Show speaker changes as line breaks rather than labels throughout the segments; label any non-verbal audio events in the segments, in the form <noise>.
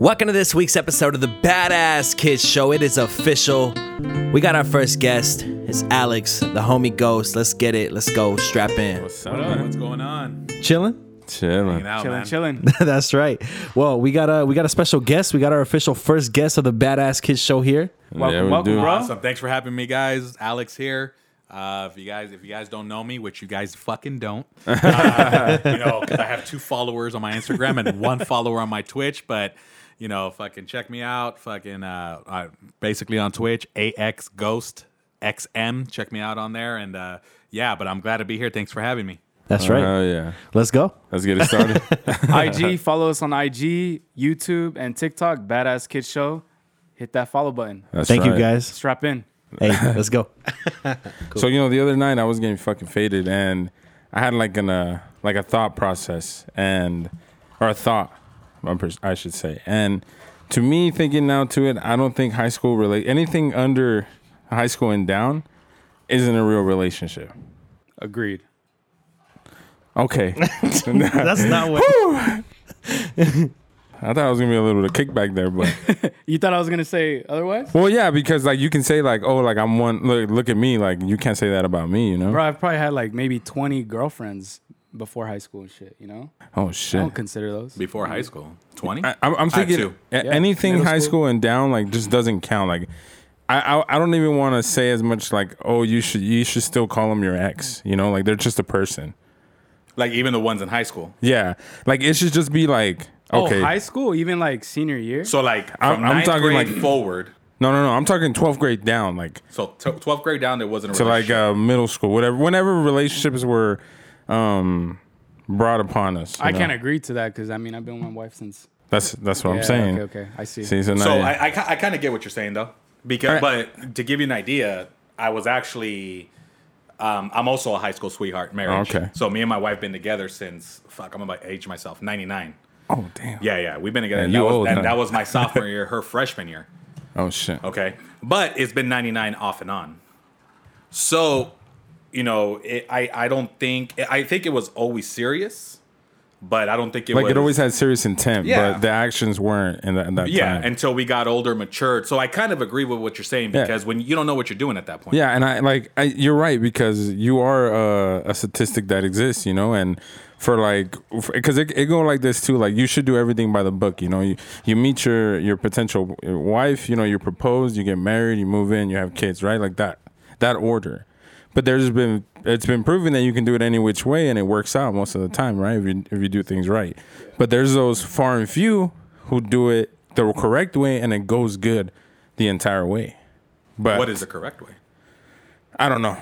Welcome to this week's episode of the Badass Kids Show. It is official. We got our first guest. It's Alex, the homie ghost. Let's get it. Let's go. Strap in.
What's up, man? What's going on?
Chilling. <laughs>
Hanging
Chilling.
out,
Chilling.
man.
Chilling.
That's right.
Well, we got a we got a special guest. We got our official first guest of the Badass Kids Show here.
Yeah,
Welcome,
we
welcome,
do.
bro.
Awesome. Thanks for having me, guys. Alex here. Uh, if you guys, if you guys don't know me, which you guys fucking <laughs> don't, uh, you know, 'cause I have two followers on my Instagram and one follower on my Twitch. But you know, fucking check me out. Fucking uh, I, basically on Twitch, AX Ghost XM. Check me out on there. And uh, yeah, but I'm glad to be here. Thanks for having me.
That's right.
Oh yeah.
Let's go.
Let's get
<laughs>
it started.
IG, follow us on IG, YouTube, and TikTok, Badass Kids Show. Hit that follow button.
That's
Thank you
right.
guys.
Strap in.
Hey, let's go.
So you know, the other night I was getting fucking faded, and I had like an uh, like a thought process, and or a thought, I'm pers- I should say. And to me, thinking now to it, I don't think high school relate anything under high school and down isn't a real relationship.
Agreed.
<laughs>
Okay,
<laughs> That's not what
I thought I was gonna be a little bit of kickback there, but
You thought I was gonna say otherwise?
well, yeah, because like you can say like, oh, like I'm one. Look, look at me. Like you can't say that about me, you know?
Bro, I've probably had like maybe 20 girlfriends before high school and shit, you know?
Oh
I
shit.
don't consider those.
Before high school, twenty.
I, I'm, I'm
had
thinking
two.
a-
Yeah.
anything
Middle
high
school.
school and down like just doesn't count. Like I I, I don't even want to say as much like oh you should you should still call them your ex. You know like they're just a person.
Like even the ones in high school.
Yeah, like it should just be like okay.
Oh, high school, even like senior year?
So like from
I'm- I'm
ninth
talking,
grade
like-
forward.
no no no I'm talking 12th grade down like
So t- 12th grade down, there wasn't a
Oh,
to like
relationship.
uh, middle school whatever whenever relationships were um brought upon us. you
I
know?
can't agree to that because I mean, I've been with my wife since.
That's that's what
Yeah,
I'm saying.
Okay, okay. I see.
See, so, now
So
Oh, yeah.
I, I, ki- I kind of get what you're saying though, because but to give you an idea, I was actually um, I'm also a high school sweetheart marriage.
Oh, Okay.
So me and my wife been together since fuck I'm about to age myself 99.
oh damn.
Yeah, yeah, we've been together.
Man,
that,
you
was,
old,
that,
huh?
that was
<laughs>
my sophomore year, her freshman year.
Oh shit.
Okay. But it's been 99 off and on. So, you know, it, I I don't think I think it was always serious, but I don't think it
Like
was
it always had serious intent,
Yeah.
but the actions weren't in that, in that
Yeah,
time.
until we got older, matured. So I kind of agree with what you're saying
Yeah.
because when you don't know what you're doing at that point.
Yeah, and I like I, you're right because you are uh, a, a statistic that exists, you know, and for like because it, it go like this too. Like you should do everything by the book, you know. You you meet your your potential wife, you know, you propose, you get married, you move in, you have kids, right? Like that that order. But there's been it's been proven that you can do it any which way and it works out most of the time, right? If you if you do things right. But there's those far and few who do it the correct way and it goes good the entire way. But
What is the correct way?
I don't know.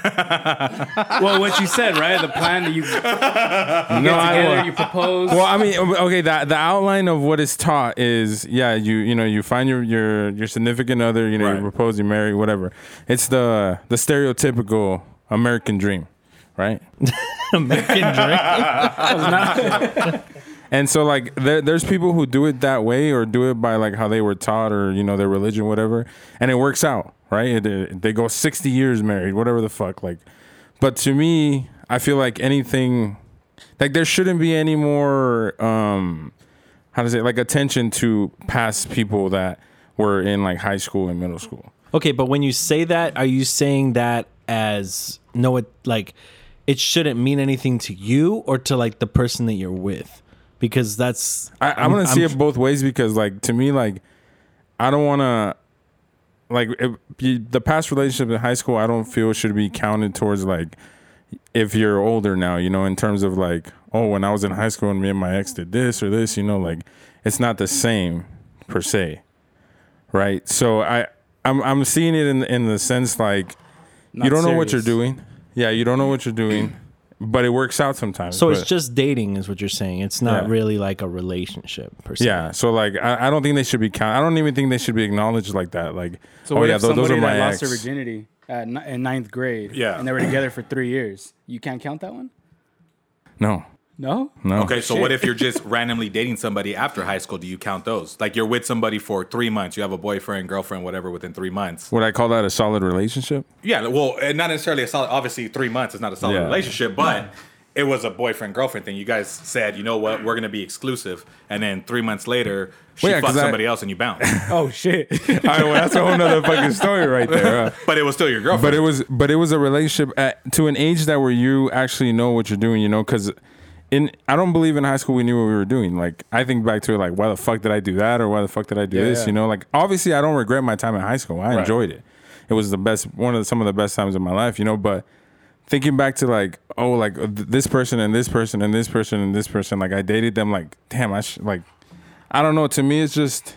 <laughs> Well, what you said, right? The
<laughs>
plan that you, you
No,
get
I
together,
don't.
you propose.
Well, I mean, okay. The, the outline of what is taught is, yeah, you you know, you find your your your significant other, you know,
Right.
you propose, you marry, whatever. It's the the stereotypical American dream, right?
American drink.
And so like there, there's people who do it that way or do it by like how they were taught or you know their religion whatever and it works out right it, it- they go 60 years married whatever the fuck like but to me I feel like anything like there shouldn't be any more um how to say it, like attention to past people that were in like high school and middle school
Okay, but when you say that, are you saying that as no it like it shouldn't mean anything to you or to like the person that you're with? Because that's
I, I'm, gonna see it both ways because, like, to me, like, I don't want to, like, if you, the past relationship in high school, I don't feel should be counted towards like if you're older now, you know, in terms of like, oh, when I was in high school and me and my ex did this or this, you know, like, it's not the same per se, right? So I, I'm, I'm seeing it in in the sense like you don't know what you're
serious.
doing, yeah, you don't know what you're doing, but it works out sometimes.
so it's
but-
just dating is what you're saying. It's not
Yeah.
really like a relationship per se.
Yeah, so like I, I don't think they should be count. I don't even think they should be acknowledged like that. Like,
So
oh
what
yeah,
if
tho-
somebody
those are my
that
ex.
lost their virginity at ni- in ninth grade,
Yeah.
and they were together for three years? You can't count that one.
No,
No.
no.
Okay, so what if
<laughs>
you're just randomly dating somebody after high school? Do you count those? Like you're with somebody for three months, you have a boyfriend, girlfriend, whatever within three months.
Would I call that a solid relationship?
Yeah, well, and not necessarily a solid. Obviously, three months is not a solid
Yeah.
relationship, but it was a boyfriend girlfriend thing. You guys said, you know what, we're gonna be exclusive, and then three months later, she
Well, yeah,
fucked
'cause I-
somebody else, and
<laughs>
you bounced.
<laughs> Oh shit.
<laughs>
<laughs>
All right, well, that's a whole nother fucking story right there. huh?
but it was still your girlfriend.
But it was, but it was a relationship at, to an age that where you actually know what you're doing, you know, because in I don't believe in high school we knew what we were doing. Like I think back to it, like why the fuck did I do that or why the fuck did I do this?
yeah.
You know, like obviously I don't regret my time in high school. I
Right.
enjoyed it. It was the best, one of the, some of the best times of my life, you know. But thinking back to like, oh, like th- this person and this person and this person and this person, like I dated them, like damn, I sh- like I don't know. To me, it's just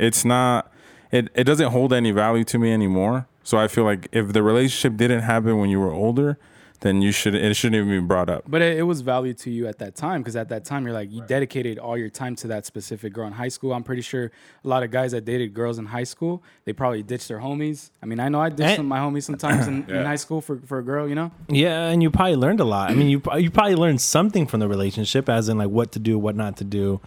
it's not it, it doesn't hold any value to me anymore so i feel like if the relationship didn't happen when you were older then you should it shouldn't even be brought up
But it, it was value to you at that time because at that time you're like you dedicated all your time to that specific girl in high school. I'm pretty sure a lot of guys that dated girls in high school they probably ditched their homies. I mean, I know I ditched
And-
some, my homies
<coughs>
sometimes in, in high school for, for a girl, you know.
Yeah, and you probably learned a lot. I mean, you pro- you probably learned something from the relationship, as in like what to do, what not to do,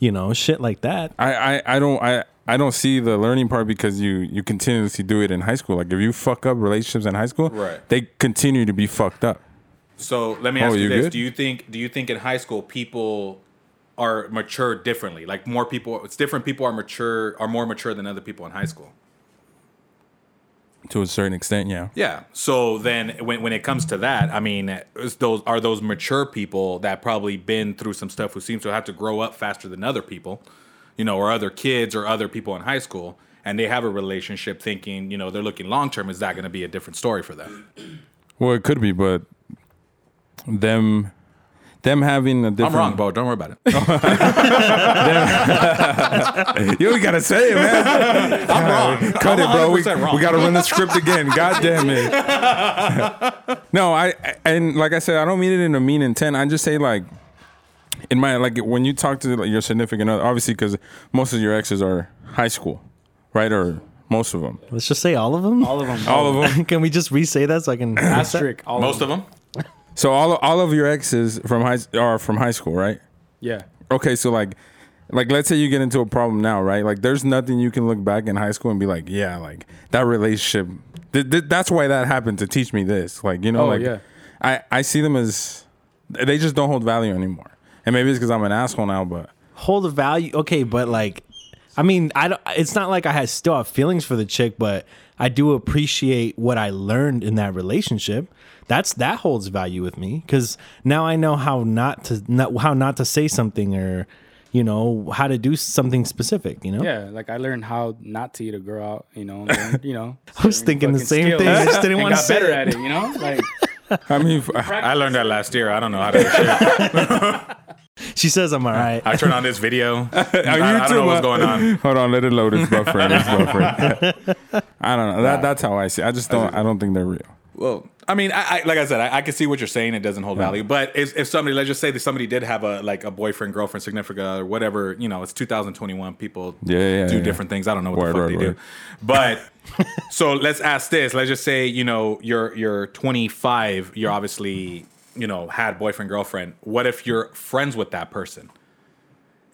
you know, shit like that.
I, I i don't i I don't see the learning part because you you continuously do it in high school. Like if you fuck up relationships in high school,
Right.
they continue to be fucked up.
So let me
Oh,
ask you
you
this:
good?
Do you think do you think in high school people are mature differently? Like more people, it's different. People are mature are more mature than other people in high school.
To a certain extent, yeah.
Yeah. So then, when, when it comes to that, I mean, is those are those mature people that probably been through some stuff who seem to have to grow up faster than other people, you know, or other kids or other people in high school, and they have a relationship thinking, you know, they're looking long term. Is that going to be a different story for them?
Well, it could be, but them them having a different
I'm wrong, Bo. Don't worry about it.
You gotta say it, man.
I'm wrong.
Cut
I'm
it, bro. We,
100% wrong.
we gotta run the script again. God damn it. <laughs> no, I I- and like I said, I don't mean it in a mean intent. I just say like in my like when you talk to like, your significant other, obviously because most of your exes are high school, right? Or most of them,
Let's just say all of them.
All of them.
all of them.
<laughs> Can we just re-say that so I can?
Asterisk. All
Most of them.
So all all of your exes from high are from high school, right?
Yeah.
okay, so like, like let's say you get into a problem now, right? Like, there's nothing you can look back in high school and be like, yeah, like that relationship. Th- th- that's why that happened to teach me this. Like, you know,
Oh,
like
yeah.
I I see them as they just don't hold value anymore. And maybe it's because I'm an asshole now, but
hold the value. Okay, but like, I mean, I don't. It's not like I had still have feelings for the chick, but I do appreciate what I learned in that relationship. That's that holds value with me because now I know how not to not how not to say something or you know how to do something specific. You know,
Yeah, like I learned how not to eat a girl out, you know. learned, you know,
<laughs> I was thinking the
fucking
same
skills
thing. I
<laughs>
just didn't
and
want to
got
say
better
it.
at it, you know. Like
I mean, <laughs> f-
I learned that last year. I don't know how to do shit.
She says I'm all right.
I turned on this video. I, I
too,
don't know what's
uh,
going on.
<laughs> hold on, let it load. It's buffering.
<laughs>
It's buffering. <laughs> I don't know. That, that's how I see. it. I just don't. I don't think they're real.
Well, I mean, I, I like I said, I, I can see what you're saying. It doesn't hold value. But if, if somebody, let's just say that somebody did have a like a boyfriend, girlfriend, significant other, whatever, you know, it's 2021. People
Yeah, yeah,
do
yeah.
different things. I don't know what
Word,
the fuck
word,
they
word.
do. But
<laughs>
so let's ask this. Let's just say, you know, you're you're 25. You're obviously, you know, had boyfriend, girlfriend. What if you're friends with that person?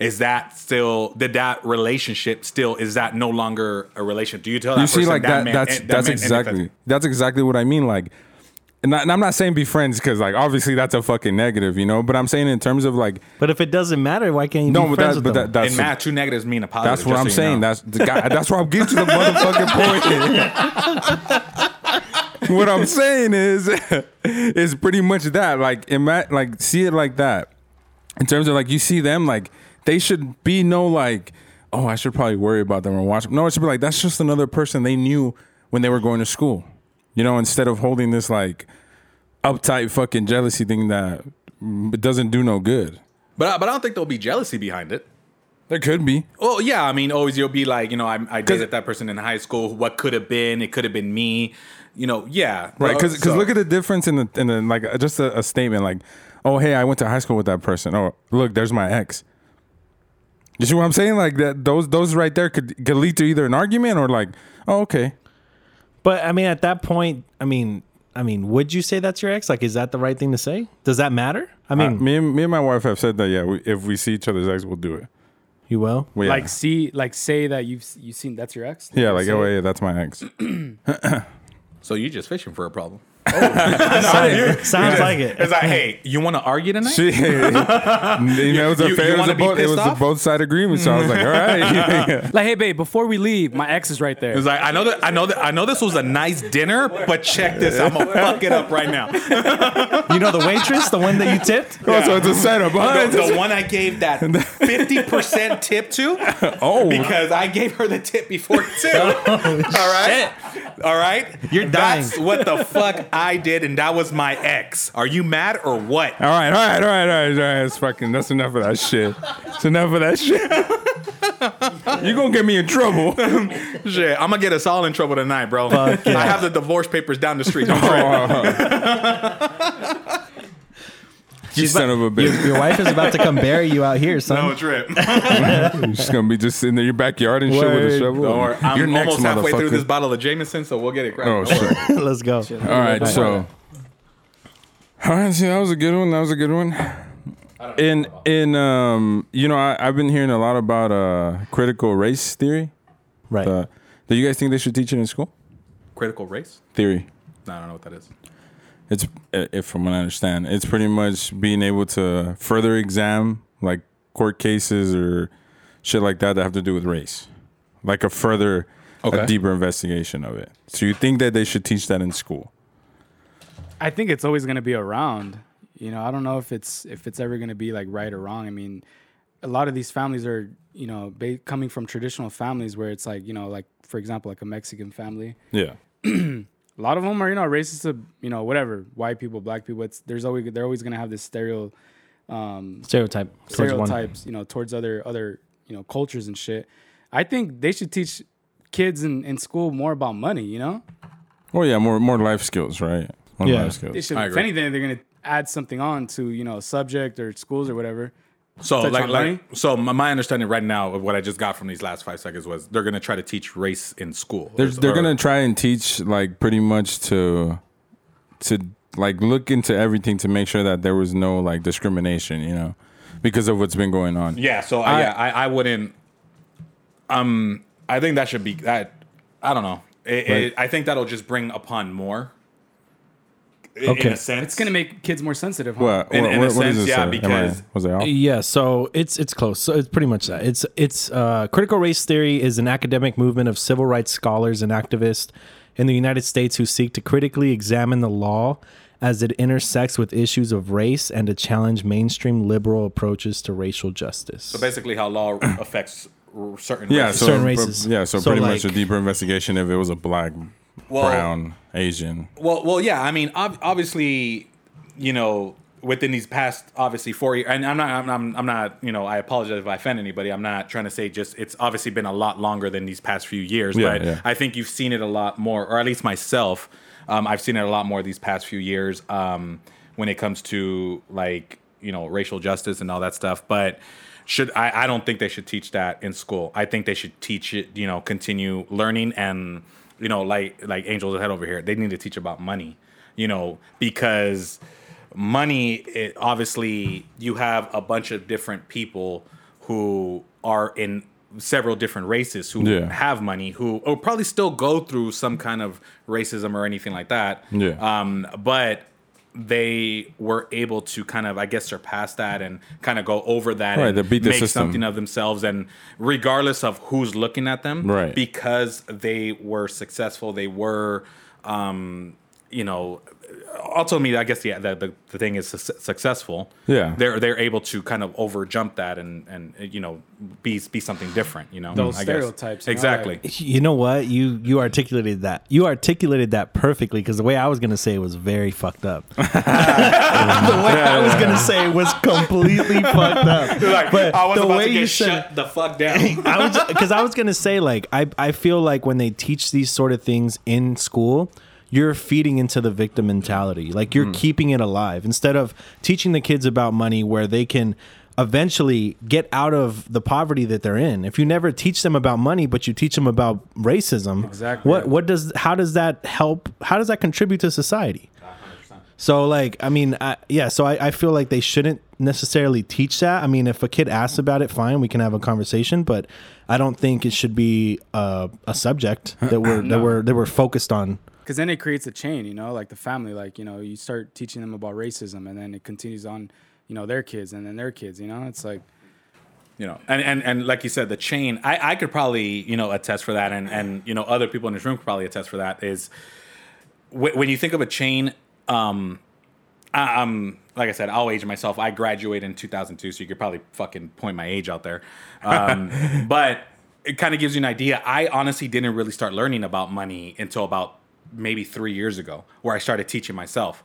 Is that still did that relationship still is that no longer a relationship? Do you tell that
you see
person
like that,
meant-
that's
that
that's
meant anything?
exactly that's exactly what i mean like and, I, and i'm not saying be friends because like obviously that's a fucking negative you know but i'm saying in terms of like
But if it doesn't matter, why can't you
no
be
but,
friends
that,
with
but
them?
that, that's
and math, two negatives mean a positive.
that's what
just
i'm
so you
saying
know.
that's the guy, that's where i'm getting to the motherfucking point <laughs> what i'm saying is <laughs> is pretty much that like ima- like see it like that in terms of like you see them like they should be no like oh i should probably worry about them or watch no it should be like that's just another person they knew when they were going to school you know instead of holding this like uptight fucking jealousy thing that mm, doesn't do no good
but I, but I don't think there'll be jealousy behind it.
there could be
Oh yeah, I mean, always you'll be like, you know, I, I dated that person in high school. What could have been? It could have been me. You know, yeah,
right because
Uh, So-
look at the difference in the in the like uh, just a, a statement like oh hey i went to high school with that person or look there's my ex you see what i'm saying like that those those right there could could lead to either an argument or like oh okay
But I mean, at that point, I mean, I mean, would you say that's your ex? Like, is that the right thing to say? Does that matter? I
Uh,
mean,
Hmm.
me and me and my wife have said that yeah we, if we see each other's ex we'll do it
you will.
Well, yeah.
like see like say that you've you seen that's your ex.
yeah like
Say
oh
<laughs>
it.
yeah that's my ex
so you're just fishing for a problem.
Sounds, sounds like it.
It's like, hey, you want to argue tonight?
She, <laughs> you know, it was a
you-
fair.
you
it was
wanna
a
be
both. It
pissed
was a
off?
both side agreement. So I was
<laughs>
like, all right. <laughs>
Like, hey, babe, before we leave, my ex is right there.
It's like, I know that I know that I know this was a nice dinner, but check this. I'm gonna fuck it up right now.
<laughs>
The,
You know the waitress, the one that you tipped.
Oh, so it's a setup. huh? It's a
the one I gave that 50% tip to.
<laughs> Oh.
Because I gave her the tip <laughs> before too. All right. All right.
You're dying.
That's what the fuck I did, and that was my ex. Are you mad or what?
All right, all right, all right, all right, all right. That's fucking. That's enough of that shit. It's enough of that shit. <laughs> You're gonna get me in
<laughs>
trouble. <laughs>
Shit, I'm gonna get us all in trouble tonight, bro. I have the divorce papers down the street. <laughs> Don't trip.
Oh. you son of a
Your,
bitch.
your wife is about to come bury you out here, son.
Don't trip.
<laughs> You're just gonna be just in your backyard and shit with a
Word.
shovel.
Don't worry. I'm
You're next,
almost halfway through
motherfucker.
this bottle of Jameson, so we'll get it
Oh
<laughs>
cracked.
shit.
Let's go.
All right, so. All right, see, that was a good one. That was a good one. In in um, you know, I, I've been hearing a lot about uh critical race theory.
Right.
Uh, do you guys think they should teach it in school?
Critical race?
Theory.
No, I don't know what that is.
It's uh, if from what I understand, it's pretty much being able to further exam like court cases or shit like that that have to do with race, like a further,
Okay.
a deeper investigation of it. So you think that they should teach that in school?
I think it's always going to be around. You know, I don't know if it's if it's ever going to be like right or wrong. I mean, a lot of these families are, you know, ba- coming from traditional families where it's like, you know, like for example, like a Mexican family.
Yeah.
A lot of them are, you know, racist to, you know, whatever, white people, black people. It's there's always they're always going to have this stereo um
Stereotype. towards one.
stereotypes, you know, towards other other, you know, cultures and shit. I think they should teach kids in, in school more about money, you know?
Well, yeah, more more life skills, right? More
Yeah.
life
They
skills.
should,
I
if
agree.
anything, they're gonna add something on to you know a subject or schools or whatever.
So
Touch
like,
on
like
money?
so my, my understanding right now of what I just got from these last five seconds was they're gonna try to teach race in school.
They're,
Or-
they're
or-
gonna try and teach like pretty much to to like look into everything to make sure that there was no like discrimination, you know, because of what's been going on.
Yeah, so I, yeah, I, I wouldn't. Um, I think that should be that. I don't know. It, it, I think that'll just bring upon more. i-
Okay.
in a sense,
It's gonna make kids more sensitive. Huh?
What,
In-
what,
in a
what, what
sense,
is this?
yeah,
uh, am I-
because-
was I off?
Yeah, so it's it's close. So it's pretty much that. It's it's uh, critical race theory is an academic movement of civil rights scholars and activists in the United States who seek to critically examine the law as it intersects with issues of race and to challenge mainstream liberal approaches to racial justice.
basically how
<clears throat>
law affects r- certain.
Yeah,
races.
so
Certain
pr-
races.
yeah, so,
So,
pretty
like-
much a deeper investigation if it was a black,
Well-
brown, Asian.
Well, well, yeah. I mean, ob- obviously, you know, within these past obviously four years, and I'm not, I'm, I'm, I'm not, you know, I apologize if I offend anybody. I'm not trying to say just it's obviously been a lot longer than these past few years,
Yeah,
but
yeah.
I think you've seen it a lot more, or at least myself, um, I've seen it a lot more these past few years um, when it comes to like you know racial justice and all that stuff, but. Should I, I don't think they should teach that in school. I think they should teach it, you know, continue learning and you know, like like angels head over here. They need to teach about money, you know, because money. It, obviously, you have a bunch of different people who are in several different races who
Yeah.
have money who will probably still go through some kind of racism or anything like that.
Yeah.
Um, but they were able to kind of, I guess, surpass that and kind of go over that
Right,
and
they beat the
make
system.
something of themselves. And regardless of who's looking at them,
Right.
because they were successful, they were, um, you know, ultimately, I guess the the, the, the thing is su- successful.
Yeah.
they're they're able to kind of over jump that and and you know be be something different. You know,
Those
guess.
stereotypes, you know,
exactly.
You know what? You you articulated that. You articulated that perfectly because the way I was gonna say it was very fucked up. <laughs> the way I was gonna say it was completely fucked up.
<laughs> Like, I was
the
about
way
to
you
get
said
shut the
<laughs>
fuck down.
I was because I was gonna say like I I feel like when they teach these sort of things in school. You're feeding into the victim mentality. Like you're keeping it alive instead of teaching the kids about money where they can eventually get out of the poverty that they're in. If you never teach them about money but you teach them about racism,
Exactly.
What what does how does that help how does that contribute to society? So like I mean I, yeah so I, I feel like they shouldn't necessarily teach that I mean if a kid asks about it fine we can have a conversation but I don't think it should be uh, a subject that we're that we're that we're focused on
because then it creates a chain, you know, like the family, like you know, you start teaching them about racism, and then it continues on, you know, their kids and then their kids, you know, it's like
you know and and, and like you said the chain I, I could probably you know attest for that and and you know other people in this room could probably attest for that is wh- when you think of a chain um I, um like i said i'll age myself i graduated in 2002 so you could probably fucking point my age out there
<laughs>
um but it kind of gives you an idea i honestly didn't really start learning about money until about maybe three years ago where i started teaching myself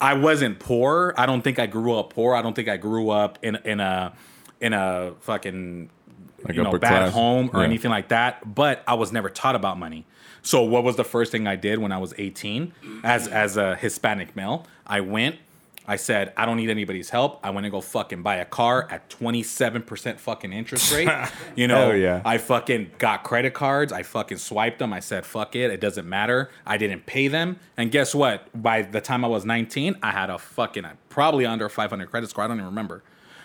I wasn't poor. I don't think I grew up poor. I don't think I grew up in in a in a fucking you know
upper
bad
class.
home or
Yeah.
anything like that. But I was never taught about money. So what was the first thing I did when I was 18 as as a Hispanic male? I went. I said I don't need anybody's help. I went and go fucking buy a car at 27% fucking
<laughs>
interest rate. you know,
Hell yeah.
I fucking got credit cards. I fucking swiped them. I said, fuck it. It doesn't matter. I didn't pay them. And guess what? By the time I was 19, I had a fucking, I probably under 500 credit score. I don't even remember,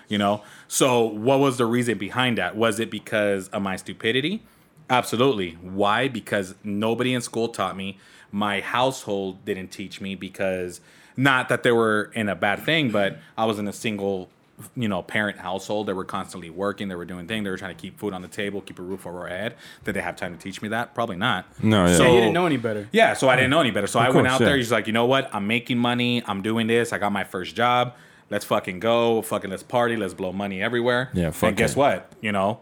you know? So what was the reason behind that? Was it because of my stupidity? Absolutely. Why? Because nobody in school taught me. My household didn't teach me because not that they were in a bad thing, but I was in a single you know parent household they were constantly working they were doing things they were trying to keep food on the table keep a roof over our head did they have time to teach me that probably not
No, yeah.
so
Yeah,
you didn't know any better.
yeah so i didn't know any better so i went
course,
out
yeah.
there he's like you know what i'm making money i'm doing this i got my first job let's fucking go fucking let's party let's blow money everywhere
Yeah, fuck
and guess
it.
what you know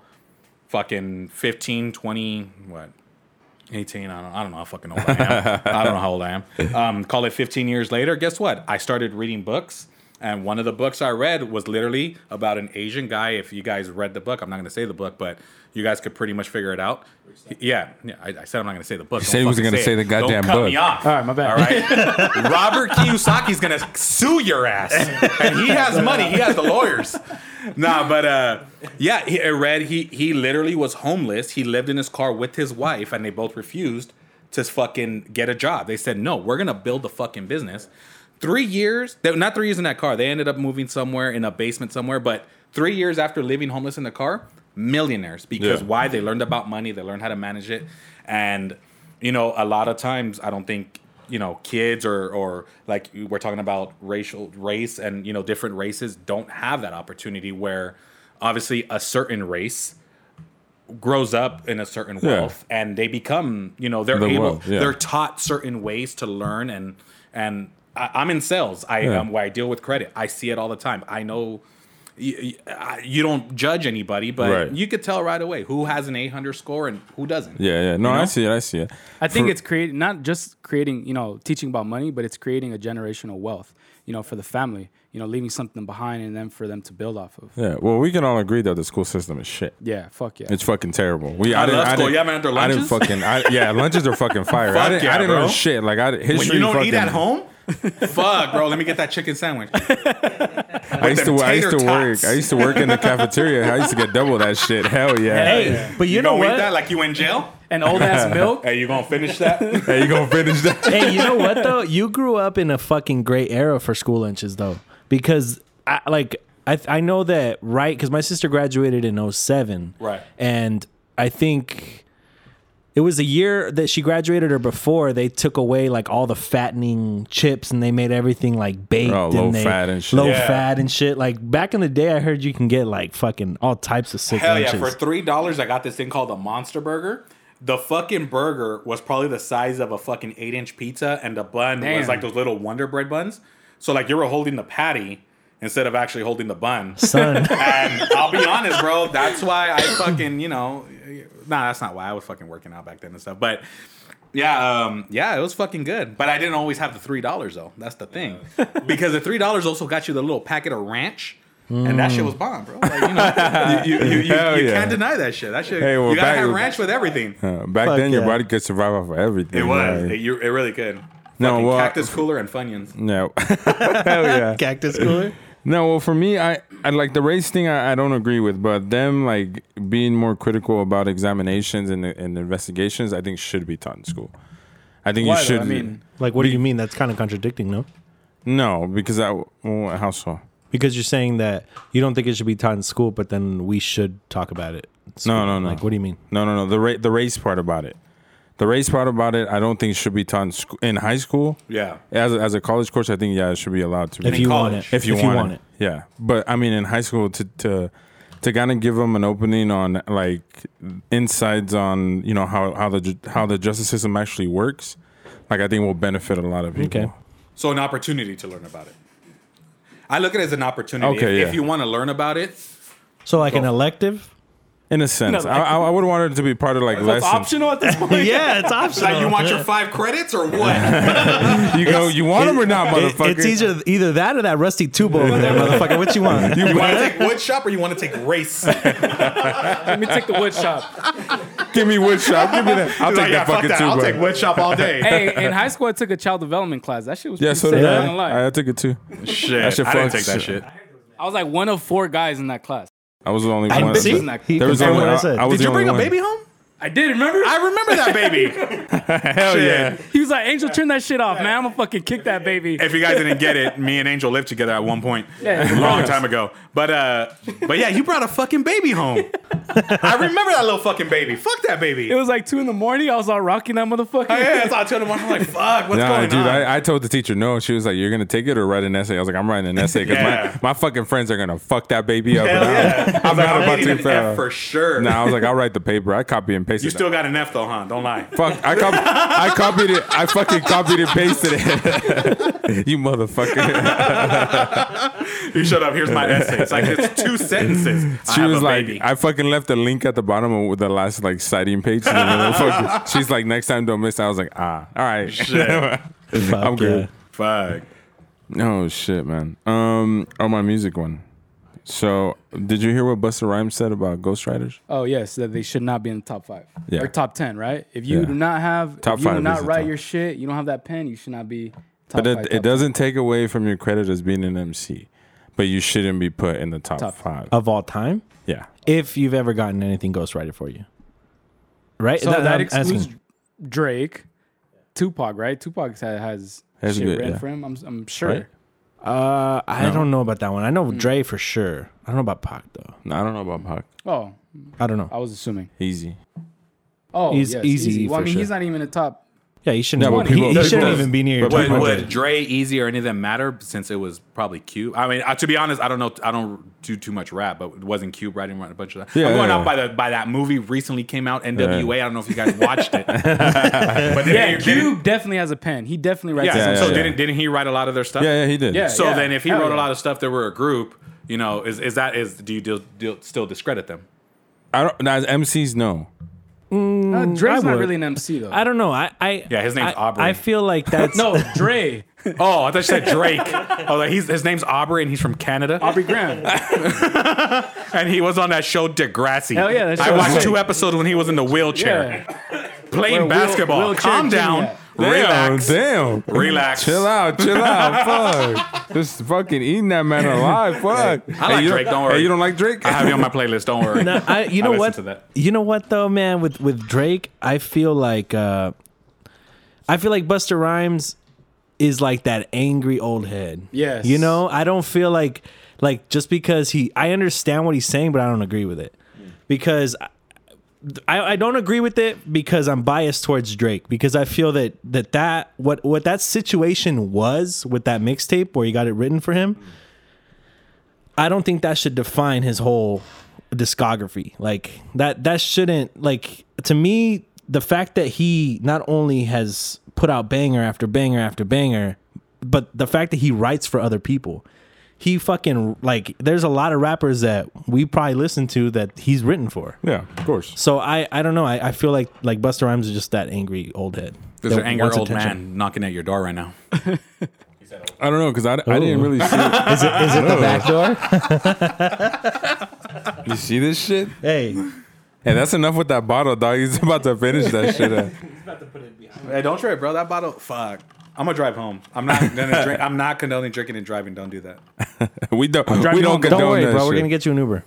fucking 15 20 what 18 i don't, I don't know how fucking old i
<laughs>
am i don't know how old i am um, call it 15 years later guess what i started reading books and one of the books i read was literally about an asian guy if you guys read the book i'm not going to say the book but you guys could pretty much figure it out yeah yeah i, I said i'm not going to say the book you
said he wasn't gonna say the goddamn
don't cut me
book.
off
All right, my bad.
all right
<laughs>
robert kiyosaki's going to sue your ass and he has money he has the lawyers nah, but uh, yeah, he, I read he he literally was homeless. He lived in his car with his wife, and they both refused to fucking get a job. They said, "No, we're gonna build the fucking business." Three years, they, not three years in that car. They ended up moving somewhere in a basement somewhere. But three years after living homeless in the car, millionaires because
Yeah.
why? They learned about money. They learned how to manage it, and you know, a lot of times I don't think you know kids or or like we're talking about racial race and you know different races don't have that opportunity where obviously a certain race grows up in a certain
Yeah.
wealth and they become you know they're
The
able
wealth, yeah.
they're taught certain ways to learn and and I, I'm in sales I
Yeah.
um, where I deal with credit I see it all the time I know you, you don't judge anybody but
Right.
you could tell right away who has an 800 score and who doesn't
yeah, yeah. No,
You know?
I see it. I see it.
I think
For-
it's creating not just creating, you know, teaching about money, but it's creating a generational wealth, you know, for the family, you know, leaving something behind and then for them to build off of.
Yeah, well, we can all agree that the school system is shit.
Yeah, fuck yeah.
It's fucking terrible. We, I,
I
didn't,
love
I
school.
didn't-
You haven't had their
I didn't
lunches?
fucking. I, yeah, lunches are
<laughs>
fucking fire. I
Fuck
didn't, I
yeah,
didn't learn
bro.
shit. Like I history.
when you don't eat
fucking-
at home <laughs> fuck bro let me get that chicken sandwich <laughs>
I used to.
them
I used to
tater
work.
tots.
I used to work in
<laughs>
the cafeteria. I used to get double that shit. Hell yeah.
Hey, but you, know
gonna eat
what?
that like you in jail
and
<laughs>
old ass milk.
hey you gonna
<laughs>
finish that
Hey, you gonna finish that?
hey, you know what though? You grew up in a fucking great era for school lunches though, because I like I I know that right because my sister graduated in 07.
Right.
and I think it was a year that she graduated or before they took away like all the fattening chips and they made everything like baked
Oh,
and
low
they-
fat and shit.
low
Yeah.
fat and shit. Like back in the day, I heard you can get like fucking all types of sick
Hell
lunches.
yeah! For three dollars, I got this thing called a monster burger. The fucking burger was probably the size of a fucking eight inch pizza, and the bun was
Damn.
like those little Wonder Bread buns. So like you were holding the patty instead of actually holding
<laughs>
the bun. <laughs>
Son,
and I'll be honest, bro, that's why I fucking you know, nah, that's not why I was fucking working out back then and stuff, but. Yeah, um, yeah, it was fucking good, but I didn't always have the three dollars though. That's the thing,
<laughs>
because the three dollars also got you the little packet of ranch, and that shit was bomb, bro. Like, you know, you, you, you, you,
Mm. <laughs> Hell
you
yeah.
can't deny that shit. That shit,
Hey, well,
you gotta
back-
have ranch with everything.
Uh, back
Fuck
then, your
yeah.
body could survive off of everything.
It was,
like,
it, you, it really could.
No,
Fucking
well,
cactus cooler and
<laughs>
funyuns.
no. Hell yeah.
cactus cooler.
No, well, for me, I, I like the race thing. I, I don't agree with, but them like being more critical about examinations and and investigations, I think should be taught in school. I think
Why,
you
though?
should.
I mean,
Like, what do you mean? That's kind of contradicting, no?
no, because I well, how so?
Because you're saying that you don't think it should be taught in school, but then we should talk about it. in school.
no, no.
Like, what do you mean?
No, no, no. The ra- the race part about it. The race part about it, I don't think should be taught in, sc- in high school.
Yeah.
As a, as a college course, I think yeah, it should be allowed to.
If
be.
you
college.
want it.
if you, want, it. yeah. But I mean, in high school, to to to kind of give them an opening on like insights on you know how how the ju- how the justice system actually works, like I think will benefit a lot of people.
Okay.
So an opportunity to learn about it. I look at it as an opportunity.
Okay,
if,
yeah.
if you want to learn about it,
So like an
<laughs>
elective?
In a sense, I, I, I would want it to be part of like
so it's
lessons.
optional at this
<laughs>
point.
Yeah, it's optional.
Like you
<laughs>
want your five credits or what?
You go, you want them or not,
It-
motherfucker?
it's either either that or that rusty tuba over there, motherfucker. What <laughs> you want?
you want to take wood shop or you want to take race?
Let me take the wood shop.
Give me wood shop. Give me that.
<laughs>
I'll take that fucking too,
I'll
bro.
take wood shop all day.
<laughs>
hey, in high school, I took a child development class. That shit was
yeah,
pretty
so
sick.
did
I'm not gonna lie.
I. I took it too.
shit,
shit
I didn't
fucks.
take that shit.
I was like one of four guys in that class.
I was the only one.
see?
There was
confirmed
only. I, I was
Did
the
you
only
bring a
one.
baby home?
I did remember.
I remember that baby.
Hell yeah!
he was like, "Angel, turn that shit off, man. I'm gonna fucking kick that baby."
if you guys didn't get it, me and Angel lived together at one point,
Yeah.
a long time ago. But uh, but yeah, you brought a fucking baby home. I remember that little fucking baby. Fuck that baby.
It was like two in the morning. I was all rocking that motherfucker.
yeah, so I told him, I'm like, fuck, what's
Nah,
going
dude,
on?
I, I told the teacher no. She was like, "You're gonna take it or write an essay." I was like, "I'm writing an essay because
Yeah.
my, my fucking friends are gonna fuck that baby up."
Hell
And I-
yeah.
I'm
Like,
not
I'm
about
getting
to
an F for
fail.
sure.
Nah, I was like, "I'll write the paper. I copy and paste
You
it."
still got an F though, huh? Don't lie.
Fuck, I, cop- I copied it. I fucking copied and pasted it. <laughs> you motherfucker.
You shut up. Here's
<laughs>
my essay. It's like it's two sentences. I
She
have
was
a
like,
baby.
I fucking left a link at the bottom of the last like citing page. And then fuck it.
<laughs>
she's like, next time don't miss. I was like, ah, all right.
Shit.
<laughs> I'm good.
fuck.
Oh shit, man. Um, on my music one. So, did you hear what Busta Rhymes said about ghostwriters?
Oh yes, that they should not be in the top five
Yeah.
or top ten, right? If you
Yeah.
do not have,
Top
if you
five
do
is
not
the
write
top.
your shit, you don't have that pen, you should not be. Top
But
five,
it,
top
it doesn't take away from your credit as being an MC. But you shouldn't be put in the top,
Top.
five.
Of all time,
Yeah.
if you've ever gotten anything ghostwriter for you, right?
So that,
I'm asking.
excludes Drake, Tupac, right? Tupac has, has
That's
shit
good,
written
yeah.
for him. I'm, I'm sure.
Right?
Uh, I don't know about that one. I know Dre for sure. I don't know about Pac though.
No, I don't know about Pac.
Oh,
I don't know.
I was assuming.
Easy.
Oh,
He's
yes,
easy
Well, I
for
mean, he's
sure.
not even a top.
Yeah, you shouldn't.
Yeah, but
he-
people-
he
people-
shouldn't even be near your
but
top
Would,
people-
hundred.
would Dre, Easy, or any of them matter since it was probably Cube? I mean, uh, to be honest, I don't know. I don't do too much rap, but it wasn't Cube writing a bunch of that.
Yeah,
I'm going
yeah,
out
yeah.
by the by that movie recently came out NWA. I don't know if you guys watched
<laughs>
it, but
Yeah,
yeah,
Cube definitely has a pen. He definitely writes.
Yeah,
his own
so
shit.
didn't didn't he write a lot of their stuff?
Yeah, yeah, he did.
Yeah.
So then, if he
Hell
wrote
yeah.
a lot of stuff that were a group, you know, is is that is do you deal, deal, still discredit them?
I don't. Now, as MCs, no.
Uh, Dre's
I
not
would.
really an MC though.
Mm, I don't know. I, I
Yeah, his name's
I-
Aubrey.
I feel like
<laughs>
that's
no, <laughs> Dre,
Oh, I thought you said Drake. <laughs> oh, like he's his name's Aubrey, and he's from Canada.
Aubrey Graham.
<laughs>
and he was on that show Degrassi.
Hell yeah, that
I
show was
watched
sick.
two episodes when he was in the wheelchair
Yeah.
playing
Wheel-
basketball.
wheelchair
Calm down,
genius.
Damn,
relax,
damn.
relax.
Chill out, chill
<laughs>
out. fuck. Just fucking eating that man alive. Fuck. I
like Drake, don't worry.
Hey, you don't like Drake?
I have you on my playlist. Don't
<laughs>
worry.
No, I, you
I
know
listen
what?
to that.
You know what though, man. With with Drake, I feel like uh, I feel like Buster Rhymes is like that angry old head.
Yes.
You know, I don't feel like like just because he, I understand what he's saying, but I don't agree with it because. I- I, I don't agree with it because I'm biased towards Drake because I feel that that, that what what that situation was with that mixtape where he got it written for him, I don't think that should define his whole discography. Like that that shouldn't like to me the fact that he not only has put out banger after banger after banger, but the fact that he writes for other people. He fucking like there's a lot of rappers that we probably listen to that he's written for.
Yeah, of course.
So I I don't know. I, I feel like like Buster Rhymes is just that angry old head.
There's an
that
angry
wants
old
attention.
man knocking at your door right now.
I don't know because I, I
Oh.
didn't really
<laughs>
see it.
Is it, is it the back door?
You see this shit?
<laughs> hey,
Hey, that's enough with that bottle, dog. He's <laughs> about to finish that shit. Up.
Hey, don't trip, bro. That bottle, fuck. I'm gonna drive home. I'm not <laughs> gonna drink. I'm not condoning drinking and driving. Don't do that.
We don't. We
driving
don't
home.
condone
worry,
that
bro. We're
shit.
gonna get you an Uber.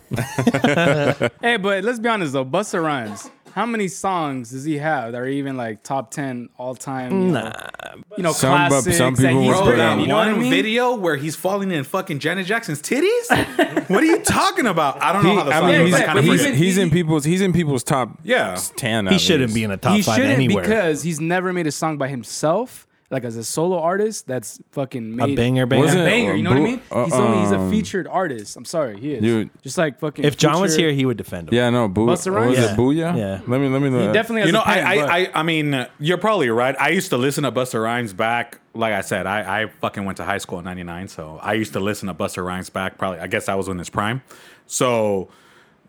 hey, but let's be honest though, Busta Rhymes. how many songs does he have that are even like top ten all time? Nah. You know,
Some- but
classics
some
that
people
he's
will
Bro,
put
written,
out
You know what I
one
mean?
video where he's falling in fucking Janet Jackson's titties? what are you talking about? I don't know
He-
how the
I
song
mean,
goes.
he's,
I kinda
he's,
forget.
he's in people's he's in people's top
Yeah.
ten.
He shouldn't be in a top
he
five
shouldn't
anywhere.
because he's never made a song by himself. Like as a solo artist, that's fucking made
banger, banger.
a
Wasn't
it,
banger. You know what I mean?
uh,
He's only he's a
um,
featured artist. I'm sorry, he is.
Dude.
Just like fucking.
if John was
Future-
here, he would defend him.
Yeah, no, Boo- what was
Busta Rhymes?
it
Yeah.
Booyah?
Yeah.
Let me let me.
he definitely has
you know,
a pen,
I,
but-
I, I, I mean, you're probably right. I used to listen to Buster Rhymes back. Like I said, I, I fucking went to high school in '99, so I used to listen to Buster Rhymes back. Probably, I guess I was in his prime. So,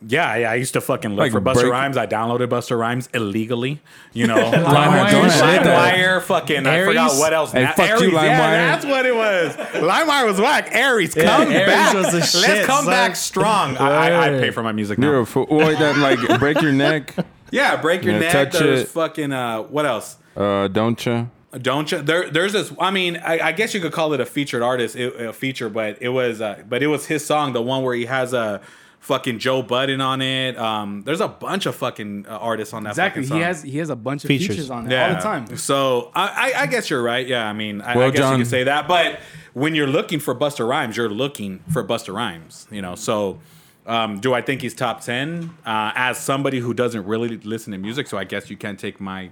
yeah, I, I used to fucking look
Like
for Buster
break-
Rhymes. I downloaded Buster Rhymes illegally.
<laughs>
You know,
Limewire, don't say that.
LimeWire, fucking. I forgot
Aries?
what else.
Hey,
Na-
fuck you, LimeWire.
Yeah, that's what it was. LimeWire was whack. Aries, come
Aries
back.
was the shit,
Let's come
son.
back strong. I, I, I pay for my music now.
You're a fool. Or that like break your neck,
Yeah, break your
Yeah,
neck.
touch
there's
it.
fucking uh, what else?
uh, don't you?
Don't you? There, there's this. I mean, I, I guess you could call it a featured artist, it, a feature, but it was, uh, but it was his song, the one where he has a fucking Joe Budden on it. Um, there's a bunch of fucking uh, artists on that.
exactly.
fucking song.
He has he has a bunch of
Features.
features, on it
yeah.
all the time.
So I, I, I guess you're right. Yeah, I mean, I,
Well,
I guess
John-
you could say that. But when you're looking for Buster Rhymes, you're looking for Buster Rhymes. You know, so. Um, do I think he's top ten? Uh, as somebody who doesn't really listen to music, so I guess you can't take my.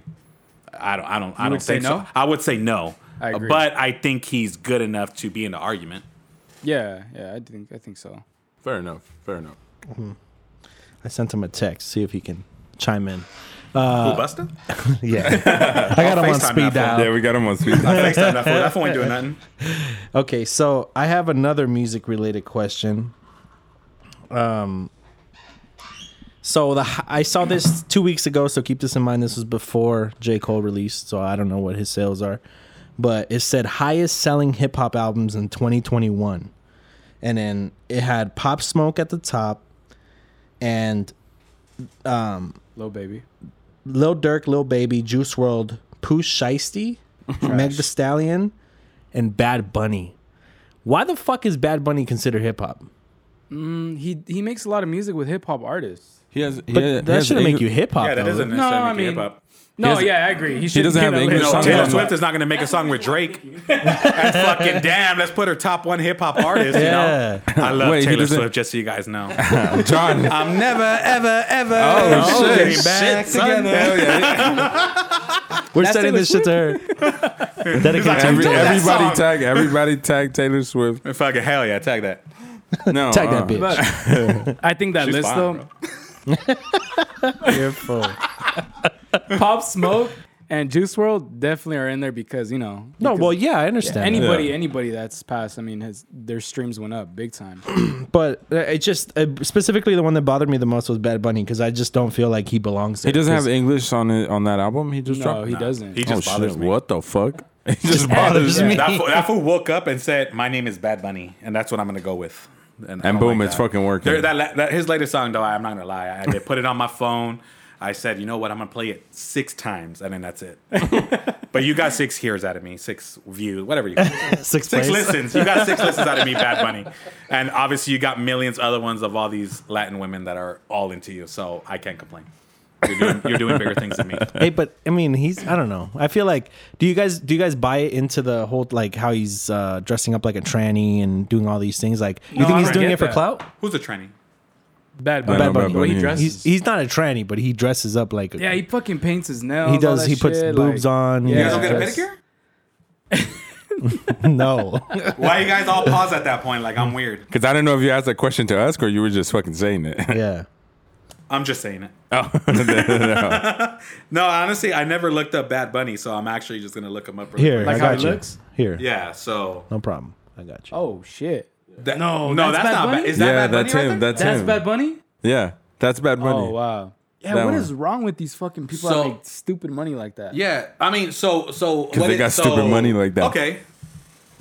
I don't. I don't. I
would
don't
say
think
no?
so. I would say no.
I agree.
But I think he's good enough to be in the argument.
Yeah, yeah, I think I think so.
Fair enough. Fair enough.
I sent him a text. See if he can chime in. <laughs>
Who, Busta?
Yeah, I Uh, got him on
FaceTime
speed
that
dial.
Yeah, we got him on speed. dial.
Next time, that fool, that fool ain't doing nothing.
Okay, so I have another music related question. Um so the hi- I saw this 2 weeks ago, so keep this in mind this was before J. Cole released, so I don't know what his sales are. But it said highest selling hip hop albums in 2021. And then it had Pop Smoke at the top and
Low baby.
Lil Durk, Lil Baby, Juice World, Pooh Shiesty, Meg The Stallion, and Bad Bunny. Why the fuck is Bad Bunny considered hip hop?
He he makes a lot of music with hip hop artists.
He has. He
But
has- he
that
has
shouldn't
ang-
make
<laughs>
you hip hop.
Yeah, that
though.
doesn't
No,
necessarily
I
mean,
mean-
hip-hop.
No,
doesn't-
yeah, I agree. He, shouldn't
doesn't have
get
the
a-
English
No,
song
Taylor
about-
Swift is not going to make a song with Drake. That's fucking damn. Let's put her top one hip hop artist.
Yeah.
You know, I love
Wait, he
Taylor
doesn't-
Swift. Just so you guys know,
John.
<laughs> I'm never, ever, ever.
Oh, shit.
getting back
Shit, son.
together.
Hell yeah.
We're
That's
sending
Taylor
this shit to her. <laughs> Dedicated to
Every,
Don't that
everybody
song.
tag. Everybody tag Taylor Swift.
<laughs> Fucking hell yeah! Tag that.
No,
Tag
uh,
that bitch.
But I think that
She's
list
fine,
though, Pop Smoke and Juice World definitely are in there because you know.
No,
because
well, yeah, I understand. that.
Anybody, anybody that's passed, I mean, has their streams went up big time.
But uh, it just uh, specifically the one that bothered me the most was Bad Bunny because I just don't feel like he belongs.
He doesn't have English on it, on that album. He just
No,
dropped.
he doesn't.
He
oh
just bothers
shit!
me.
What the fuck?
<laughs>
It just bothers me.
That fool, <laughs> that fool woke up and said, "My name is Bad Bunny," and that's what I'm going to go with. I
And
don't
boom, it's fucking working.
Oh There- that, la- that- his latest song, though, I'm not going to lie. I, they put it on my phone. I said, "You know what? I'm going to play it six times, and then that's it." but you got six hears out of me, six views, whatever you.
six,
Six
plays.
listens. You got six listens out of me, Bad Bunny. And obviously, you got millions other ones of all these Latin women that are all into you. So I can't complain. You're doing, you're doing bigger things than me.
Hey, but I mean, he's I don't know. I feel like do you guys do you guys buy into the whole like how he's uh, dressing up like a tranny and doing all these things? Like, you
No,
think
I
he's
don't
doing
get
it for
that.
clout?
Who's a tranny?
Bad
I
Bunny,
know Bad
the way
Bunny.
he dresses.
He's he's not a tranny, but he dresses up like. a-
yeah, he fucking paints his nails.
He
all
does.
that
He puts
shit,
boobs
like-
on.
You
You guys don't
Yeah,
get a
that's-
pedicure?
no.
<laughs>
Why you guys all pause at that point? Like I'm weird.
Because I don't know if you asked that question to us or you were just fucking saying it. <laughs>
yeah.
I'm just saying it.
Oh, no.
No, honestly, I never looked up Bad Bunny, so I'm actually just gonna look him up. real
Here,
quick.
Like
I
how
got
he
you.
looks?
Here.
Yeah. So
No problem. I got you.
Oh shit!
that, no,
that's Bad
not. Bad.
Bunny?
Is that
yeah,
Bad Bunny
that's
right
him.
there?
That's,
That's
him.
Bad Bunny.
yeah, that's Bad Bunny.
Oh wow! Yeah,
That
what
one.
is wrong with these fucking people
So-
that make stupid money like that?
Yeah. I mean, so so because
they got stupid money like that.
Okay.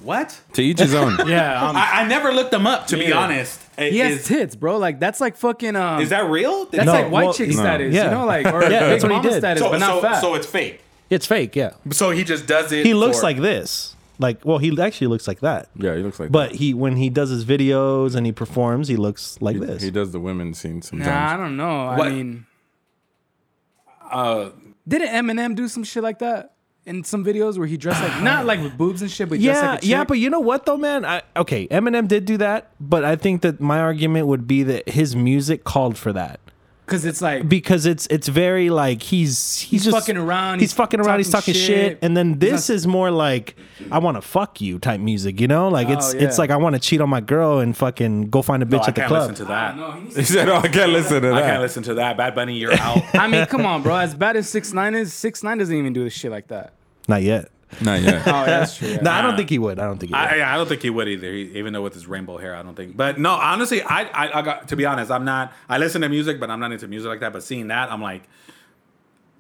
What?
To each his own.
<laughs>
<laughs>
yeah. um,
I, I never looked them up to be
Yeah.
honest.
he has
Is-
tits, bro. Like that's like fucking. Um,
Is that real?
that's
No,
like white
well,
chick
no.
status?
Yeah.
You
<laughs>
know, like or
Yeah,
big
that's what he
mama
did.
status,
so,
but not
so,
fat.
so it's fake.
It's fake. Yeah.
So he just does it.
He looks
for-
like this. Like, well, he actually looks like that.
Yeah, he looks like.
But he, when he does his videos and he performs, he looks like
that.
this.
<laughs> he does the women scene sometimes.
nah, I don't know. I
What-
mean,
uh,
Didn't Eminem do some shit like that in some videos where he dressed like not like with boobs and shit, but dressed
Yeah,
like a chick?
yeah, but you know what though, man? I, okay, Eminem did do that, but I think that my argument would be that his music called for that
because it's like
because it's it's very like he's he's,
He's
just,
fucking around,
He's,
he's
fucking around. He's
talking
talking shit.
shit.
and then this
not-
is more like I want to fuck you type music. You know, like it's it's
Oh, yeah.
like I want to cheat on my girl and fucking go find a bitch
Oh, I
at the
can't
club.
listen to that.
No, he needs
He said, "Oh, I can't listen to
I can't
that."
listen to that. Bad Bunny,
<laughs>
you're out.
I mean, come on, bro. As bad as six nine is, six nine doesn't even do this shit
<laughs>
like that.
Not yet.
Not
<laughs>
yet.
Oh, that's true.
No, I don't think he would. I don't think he would.
I, I don't think he would either. He, even though with his rainbow hair, I don't think. But no, honestly, I, I, I got to be honest. I'm not. I listen to music, but I'm not into music like that. But seeing that, I'm like,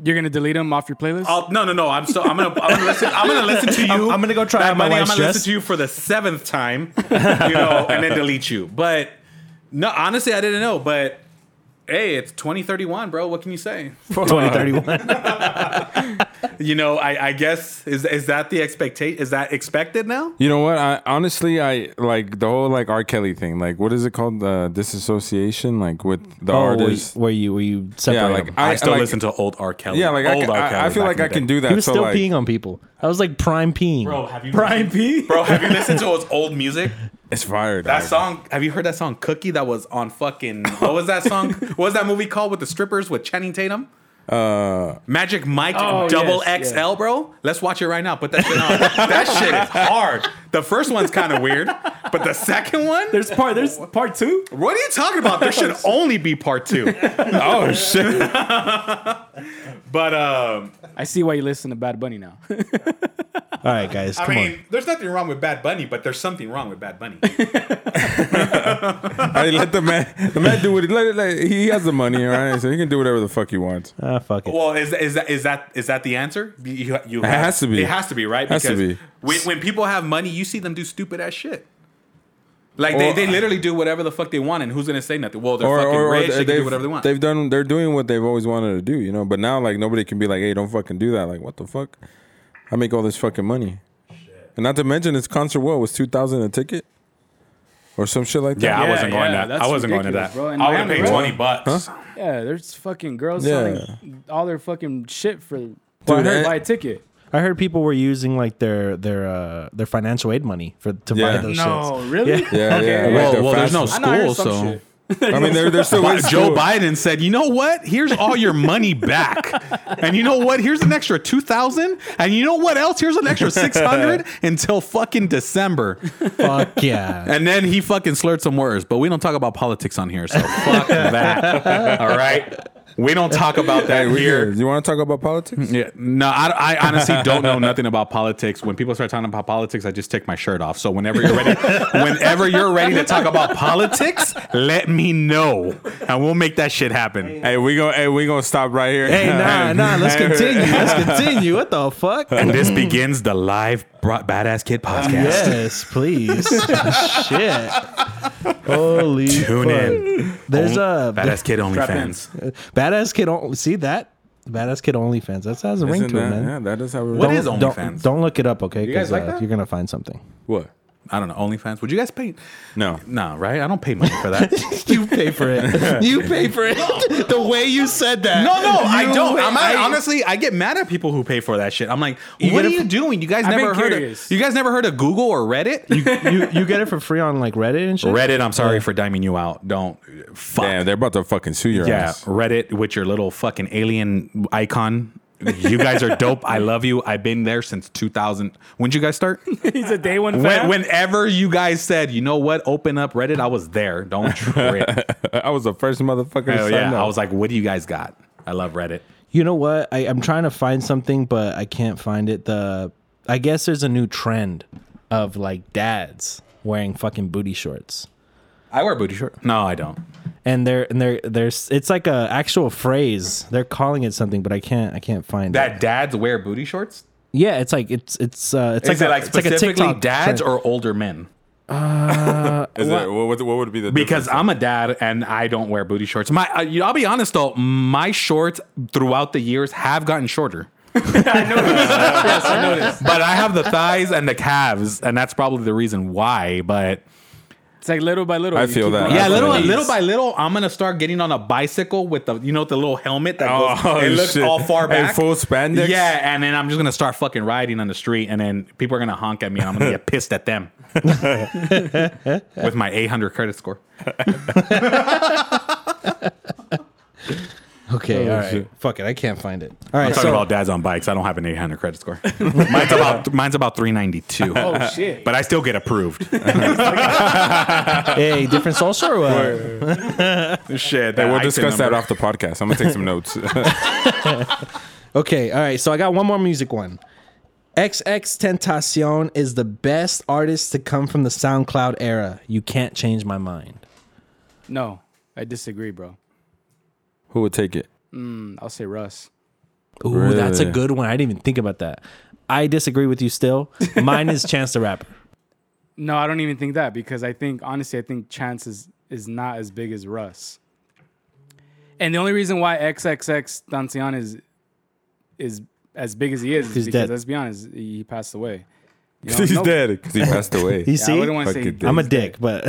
You're gonna delete him off your playlist?
oh no, no, no. I'm still. I'm gonna. I'm gonna listen. I'm gonna listen to
<laughs>
you.
I'm- I'm gonna go try
Bad
on my
Bunny, I'm
wife's
gonna
dress.
listen to you for the seventh time, you know, and then delete you. But no, honestly, I didn't know. But hey, it's 2031, bro. What can you say? <laughs>
Twenty thirty one.
You know, I, I guess is is that the expectation? Is that expected now?
You know what? I honestly, I like the whole like R. Kelly thing. Like, what is it called? The disassociation, like with the
Oh, were you,
artist.
were you were you separate?
Yeah,
them?
like
I, still
like-
listen to old R. Kelly.
Yeah, like I,
old
can- I, I feel like
back in
I
the
can
day.
do that.
he was
so
still
like,
peeing on people. I was like prime peeing.
Bro, have you
Brian P.
Bro, have you listened to his old music?
It's fired.
That
like-
song, have you heard that song Cookie that was on fucking what was that song? what was that movie called with the strippers with Channing Tatum?
Uh,
Magic Mike
Oh,
Double
yes,
XL, bro. Let's watch it right now. Put that shit on. that shit is hard. The first one's kind of weird, but the second one,
There's part. There's part two.
what are you talking about? There should only be part two.
oh shit!
<laughs> But um,
I see why you listen to Bad Bunny now. <laughs>
All right, guys,
I
come
mean, there's nothing wrong with Bad Bunny, but there's something wrong with Bad Bunny.
I let the man, the man do what he, let, let, he has the money, all right? So he can do whatever the fuck he wants.
on. Ah, fuck it.
Well, is is that is that is that the answer? You- You, you have,
has to be.
It has to be right.
Has to be.
When, when people have money, you see them do stupid ass shit. Like they,
Or-
they literally do whatever the fuck they want, and who's gonna say nothing? Well, they're
Or,
fucking
or, or
rich. They can do
they've,
whatever they want.
they've done. They're doing what they've always wanted to do, you know. But now, like nobody can be like, "Hey, don't fucking do that." Like, what the fuck? I make all this fucking money, and not to mention this concert. What was two thousand a ticket, or some shit like that?
Yeah, I
Yeah,
wasn't going
yeah,
to that.
that's
I wasn't going to
ridiculous,
that.
bro. In
I would have
Miami,
paid
bro.
twenty bucks.
Yeah, there's fucking girls
Yeah.
selling all their fucking shit for Dude,
I heard-
buy a ticket.
I heard people were using like their their uh, their financial aid money for to
Yeah.
buy those shits.
No, really?
Yeah, yeah.
Okay.
like
Well,
the
well, there's no
fast-
I know. I heard
school,
some
so.
shit.
I mean, they're, they're
<laughs>
still
But
in
Joe
school.
Biden said, "You know what? Here's all your money back, and you know what? Here's an extra two thousand, and you know what else? Here's an extra
<laughs>
six hundred until fucking December."
Fuck <laughs> yeah.
And then he fucking slurred some words, but we don't talk about politics on here, so
<laughs>
fuck that. All right, we don't talk about that
Hey, we
here.
good. You want to talk about politics?
Yeah, no, I, I honestly don't know nothing about politics. When people start talking about politics, I just take my shirt off. So whenever you're
<laughs>
ready, whenever you're ready to talk about politics, let me know, and we'll make that shit happen.
Hey, we go. Hey, we gonna stop right here. <laughs>
Hey, nah, nah. Let's continue. Let's continue. What the fuck?
And this begins the live Bra- badass kid podcast.
Yes, <laughs> please. Shit. Holy.
Tune
fuck.
in.
There's a
Badass kid only fans.
badass kid. On, see that? Badass kid OnlyFans. That has a ring
Isn't
to it,
that,
man.
yeah, that is how we.
What
Don't-
is
Don't-
OnlyFans?
Don't look it up, okay?
guys
Because
like
uh,
that?
you're gonna find something. <laughs>
what?
I don't know OnlyFans. Would you guys pay?
No.
No, right? I don't pay money for that.
<laughs>
you pay for it. You pay for it. <laughs> the way you said that.
No, no, I don't. I'm not,
I-
honestly, I get mad at people who pay for that shit. I'm like, what
get
are
it
you
for-
doing? You guys
I've
never
been
heard of
curious.
you guys never heard of Google or Reddit?
you you get it for free on like Reddit and shit.
<laughs> Reddit, I'm sorry for diming you out. Don't fuck.
Damn, they're about to fucking sue your
yeah,
ass.
Reddit with your little fucking alien icon. You guys are dope. I love you. I've been there since 2000. When did you guys
<laughs>
start?
<laughs> He's a day one fan.
When, whenever you guys said, you know what, open up Reddit, I was there. Don't trip.
<laughs>
I was the first motherfucker. to
Hell
Oh,
sign
yeah.
up.
I was like, what do you guys got? I love Reddit.
You know what? I, I'm trying to find something, but I can't find it. The I guess there's a new trend of like dads wearing fucking booty shorts,
I wear booty shorts. No, I don't.
and they're and they're there's it's like a actual phrase. They're calling it something, but I can't I can't find it.
That dads wear booty shorts?
Yeah, it's like it's it's uh it's
Is
like
it
a-
like
it's like a
specifically
TikTok trend.
dads or older
Is
men?
that, what, would- what would be the <laughs>
Because I'm a dad and I don't wear booty shorts. My, uh, you- I'll be honest though, my shorts throughout the years have gotten <laughs> shorter. I noticed. yes, I noticed. But I have the thighs and the calves, and that's probably the reason why. But
It's like little by little.
I
you
feel
keep
that.
on
Yeah,
Yeah, little
please.
little by little, I'm gonna start getting on a bicycle with the you know the little helmet that goes, it looks
Oh, shit.
all far back.
And full spandex.
Yeah, and then I'm just gonna start fucking riding on the street, and then people are gonna honk at me, and I'm gonna
<laughs>
get pissed at them with my 800 credit score.
Okay, all right.
shit.
Fuck it, I can't find it. All
I'm
right,
talking
so
about dads on bikes. I don't have an 800 credit score. mine's about mine's
<laughs>
about 392.
Oh shit!
But I still get approved.
hey, different social or
<laughs>
what?
Shit,
Hey, we'll discuss that off the podcast. I'm gonna take some
<laughs>
notes. <laughs>
Okay, all right. So I got one more music one. XX Tentacion is the best artist to come from the SoundCloud era. You can't change my mind.
no, I disagree, bro.
Who would take it?
I'll say Russ.
Ooh, that's a
Really?
good one. I didn't even think about that. I disagree with you still. Mine is Chance the
<laughs>
Rapper.
No, I don't even think that because I think honestly, I think Chance is is not as big as Russ. And the only reason why XXX Dancian is is as big as he is,
He's
is because
dead.
let's be honest, he he passed away.
<laughs>
You know,
He's
no-
dead
<laughs>
because he passed away.
You
Yeah, I
see?
wouldn't want to
Fucking
say
dead.
I'm a dick, but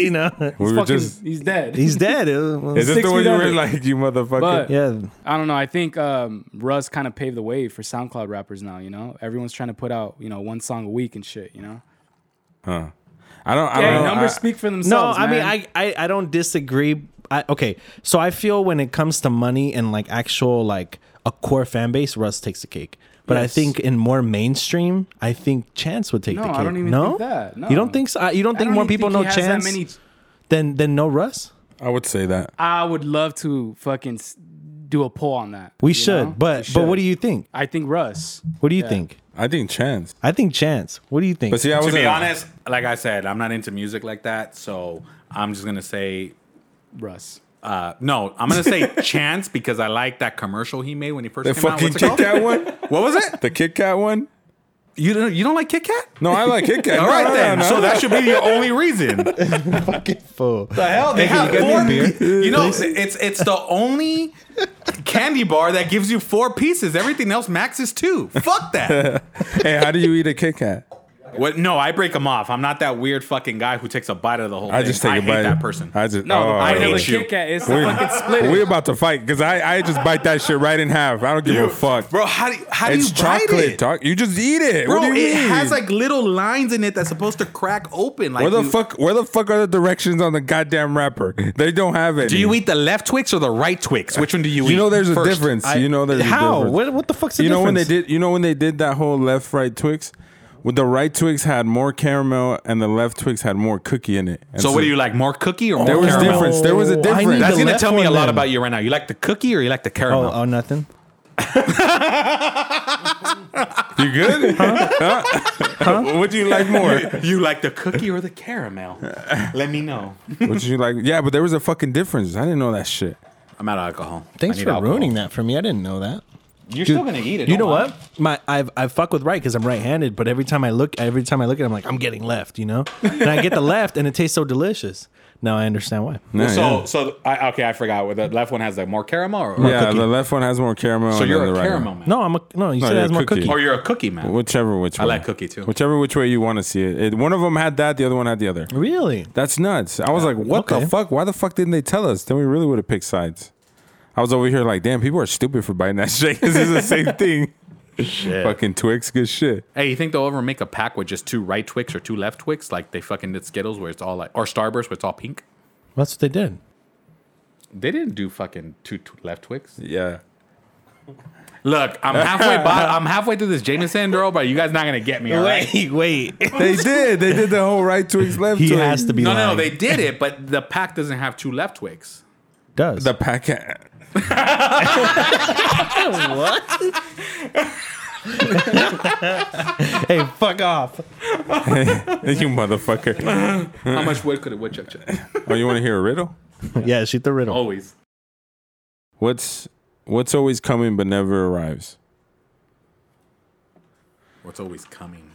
<laughs> you know,
we were
fucking,
just.
he's dead.
he's dead. It was-
<laughs> Is this
six
the one
feet
you were
under.
like, you motherfucker?
But-
yeah.
I don't know. I think um, Russ kind of paved the way for SoundCloud rappers now. You know, everyone's trying to put out you know one song a week and shit. You know,
huh. I don't. I
yeah,
don't know.
numbers
I-
speak for
No,
themselves.
I mean,
man.
I, I, I don't disagree. I, okay, so I feel when it comes to money and like actual like a core fan base, Russ takes the cake. But I
Yes.
think in more mainstream, I think Chance would take
no,
the cake.
I don't even
no?
think that. No,
You don't think so? I- You don't
I
think
don't
more
even
people
think
know
he has that
Chance
many-
than than know Russ?
I would say that.
I would love to fucking s- do a poll on that.
We
you
should,
know?
but
We
but what
should.
do you think?
I think Russ.
What do you think?
I think Chance.
I think Chance. What do you think?
But see, I was
To be honest, like I said, I'm not into music like that, so I'm just gonna say
Russ.
Uh, no, I'm
<laughs>
gonna say Chance because I like that commercial he made when he first
The fucking
came out. What's it
Kit
called?
Kat one.
What was it?
The Kit Kat one.
You don't you don't like Kit Kat?
No, I like Kit
<laughs>
Kat.
All
No,
right
no, no,
then.
no,
so
no.
that should be your only reason. <laughs> the
fucking
<laughs>
fool.
hell, they have four. You know, it's it's the only candy bar that gives you four pieces. Everything else maxes two. Fuck that.
Hey, how do you eat a Kit Kat?
<laughs> what? No, I break them off. I'm not that weird fucking guy who takes a bite of the whole.
I
thing.
just take
I
a
hate
bite.
That person.
I just.
No,
oh,
the point
hate
of the
you.
Kit Kat is to
We're-
fucking split
We're
it.
about to fight because I, I just bite that shit right in half. I don't give a fuck.
Bro, how do you, how
it's
do you bite
chocolate.
it?
Talk. You just eat it.
Bro,
what do you
it
mean?
has like little lines in it that's supposed to crack open. Like
Where the
you-
fuck? Where the fuck are the directions on the goddamn wrapper? They don't have it.
Do you eat the left Twix or the right Twix? Which one do you eat?
You know, there's a
first?
difference. you know, there's A
How?
difference.
What what the fuck's the
you know when they
difference?
did you know when they did that whole left right twix with the right twix had more caramel and the left twix had more cookie in it And
So, what do you like? More cookie or more
there was
caramel?
difference there was
Oh,
a
I
difference
need
That's
The
gonna
left
tell me
one
a lot
then.
about you right now. You like the cookie or you like the caramel?
Oh, oh nothing.
you
<laughs>
good huh? <laughs> what do you like more
You like the cookie or the <laughs> caramel? Let me know.
what do you like yeah but there was a fucking difference i didn't know that shit
I'm out of alcohol.
Thanks for ruining that for me. I didn't know that.
You're still gonna eat it.
You know what? My I've I fuck with right because I'm right-handed, but every time I look, every time I look at, it, I'm like, I'm getting left, you know. and I get <laughs> the left, and it tastes so delicious. Now I understand why.
Nah,
so,
yeah.
so I, okay, I forgot. Well, The left one has like more caramel, or, or-
yeah,
cookie.
the left one has more caramel
Oh, so
and
you're
then
a
the right
caramel
one.
man,
No, I'm a no. You said it
you're
has more
cookie.
cookie.
or you're a cookie man.
whichever which
I
way.
like cookie, too.
whichever which way you want to see it. it one of them had that the other one had the other
Really?
That's nuts. I was like, what
Okay.
the fuck? Why the fuck didn't they tell us? Then we really would have picked sides. I was over here like, damn, people are stupid for biting that shit. this is the
<laughs>
same thing. Fucking Twix, good shit.
Hey, you think they'll ever make a pack with just two right Twix or two left Twix, like they fucking did Skittles, where it's all like, or Starburst, where it's all pink?
That's what they did.
They didn't do fucking two tw- left Twix.
Yeah.
Look, I'm halfway. by, I'm halfway through this Jameson, bro, but you guys not gonna get me. All right?
<laughs> wait.
They did. They did the whole right
<laughs>
Twix, left
he
Twix.
has to be.
No, no, no,
lying.
they did it, but the pack doesn't have two left Twix.
does.
The packet.
hey, fuck <laughs> off.
<laughs> you motherfucker.
How much wood could a woodchuck chip?
Oh, you want to hear a riddle?
yeah, shoot the riddle.
Always.
What's what's always coming but never arrives?
What's always coming?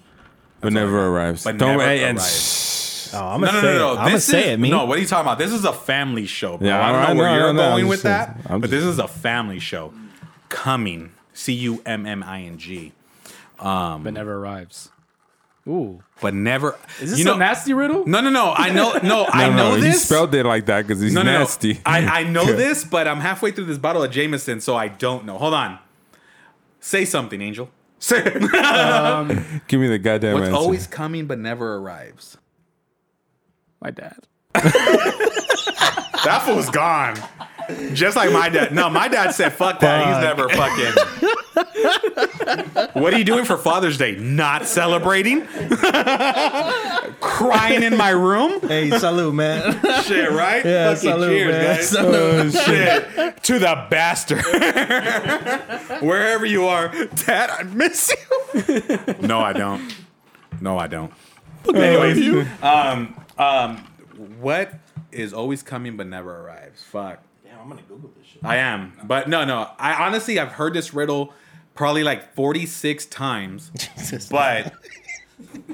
But never arrives.
But
Don't
never
hey, and
arrives.
shh.
Oh, I'm
No,
gonna
no,
say it.
no, no.
I'm gonna
this
say
is,
it, me.
No, what are you talking about? This is a family show, bro.
Yeah,
I don't
I
know where
know, I
you're
know. I'm
going
just
with
saying-
that,
I'm
but
just-
this is a family show. Coming. C U M M I N G.
but never arrives. Ooh,
but never.
is this
you know,
a nasty riddle?
No, no, no. I know.
<laughs>
No, I
No,
know
no, He
this.
spelled it like that because he's
no, no, no.
nasty. <laughs>
I, I know this, but I'm halfway through this bottle of Jameson, so I don't know. Hold on. Say something, Angel. Say
Give me the goddamn
what's
answer. <laughs>
always coming but never arrives.
My dad.
That fool's gone. Just like my dad. No, my dad said, fuck that. He's never fucking. what are you doing for Father's Day? Not celebrating? <laughs> Crying in my room?
Hey, salute,
<laughs>
man.
Shit, right?
Yeah,
Fucking
salute,
cheers,
man.
guys.
<laughs>
Oh,
Salute.
Shit. <laughs> To the bastard. <laughs> Wherever you are, Dad, I miss you. <laughs> no, I don't. No, I don't. Anyways, um, um, what is always coming but never arrives? Fuck.
Damn, I'm gonna Google this shit.
I am. But no, no. I honestly, I've heard this riddle probably like 46
<laughs>
times, but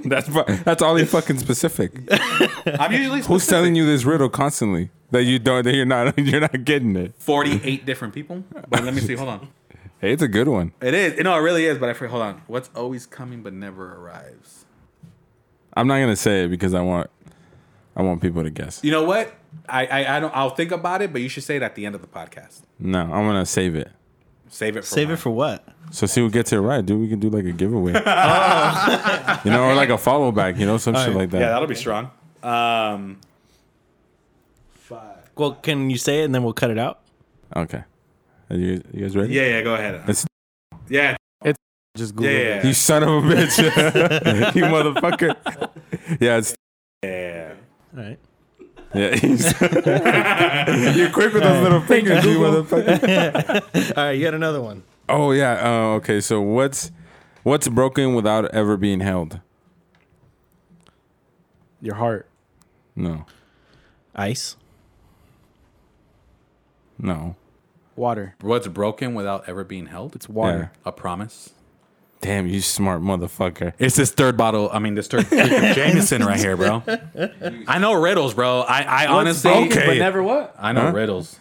That's fu- that's all he fucking specific.
<laughs> I'm usually
Who's
supposed to
telling you this riddle constantly that you don't that you're not <laughs> you're not getting it?
48 different people. But let me see. Hold on.
Hey, it's a good one.
It is. No, it really is. But I forget. Hold on. What's always coming but never arrives?
I'm not gonna say it because I want I want people to guess.
You know what? I, I I don't. I'll think about it. But you should say it at the end of the podcast.
No, I'm gonna save it.
Save it. For
Save it
mine.
for what?
So see who gets it right, dude. We can do like a
<laughs>
giveaway, you know, or like a follow back, you know, some shit like that.
Yeah, that'll be strong. Um.
Well, can you say it and then we'll cut it out?
okay, Are you, you guys ready?
Yeah. Yeah. Go ahead.
It's-
yeah.
Just
Yeah.
Google
Yeah.
it.
yeah.
You son of a bitch, <laughs> you motherfucker. Yeah, it's
yeah.
All right.
yeah. <laughs> You're quick with those little fingers, you motherfucker.
All right, you got another one.
Oh yeah. Uh, okay. So what's what's broken without ever being held?
Your heart.
No.
Ice.
No.
Water.
What's broken without ever being held? It's
Water.
a promise.
Damn, you smart motherfucker.
It's this third bottle. I mean, this <laughs> third freaking Jameson right here, bro. I know riddles, bro. I, I honestly.
broken
But
Hey.
never what?
I know riddles.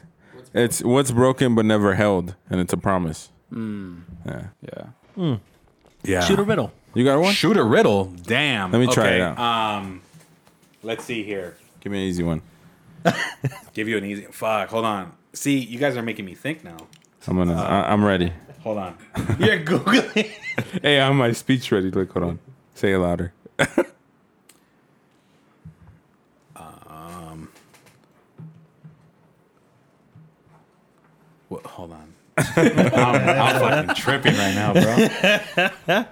It's what's broken but never held, and it's a promise.
Yeah.
Yeah.
Shoot a riddle.
You got one?
Shoot a riddle. Damn.
Let me try it out.
Um, let's see here.
Give me an easy one.
Give you an easy. Fuck. Hold on. See, you guys are making me think now.
I'm gonna. I, I'm ready.
Hold on.
You're googling.
Hey, I have my speech ready. Look, hold on. Say it louder.
What, hold on. I'm, I'm fucking tripping right now, bro.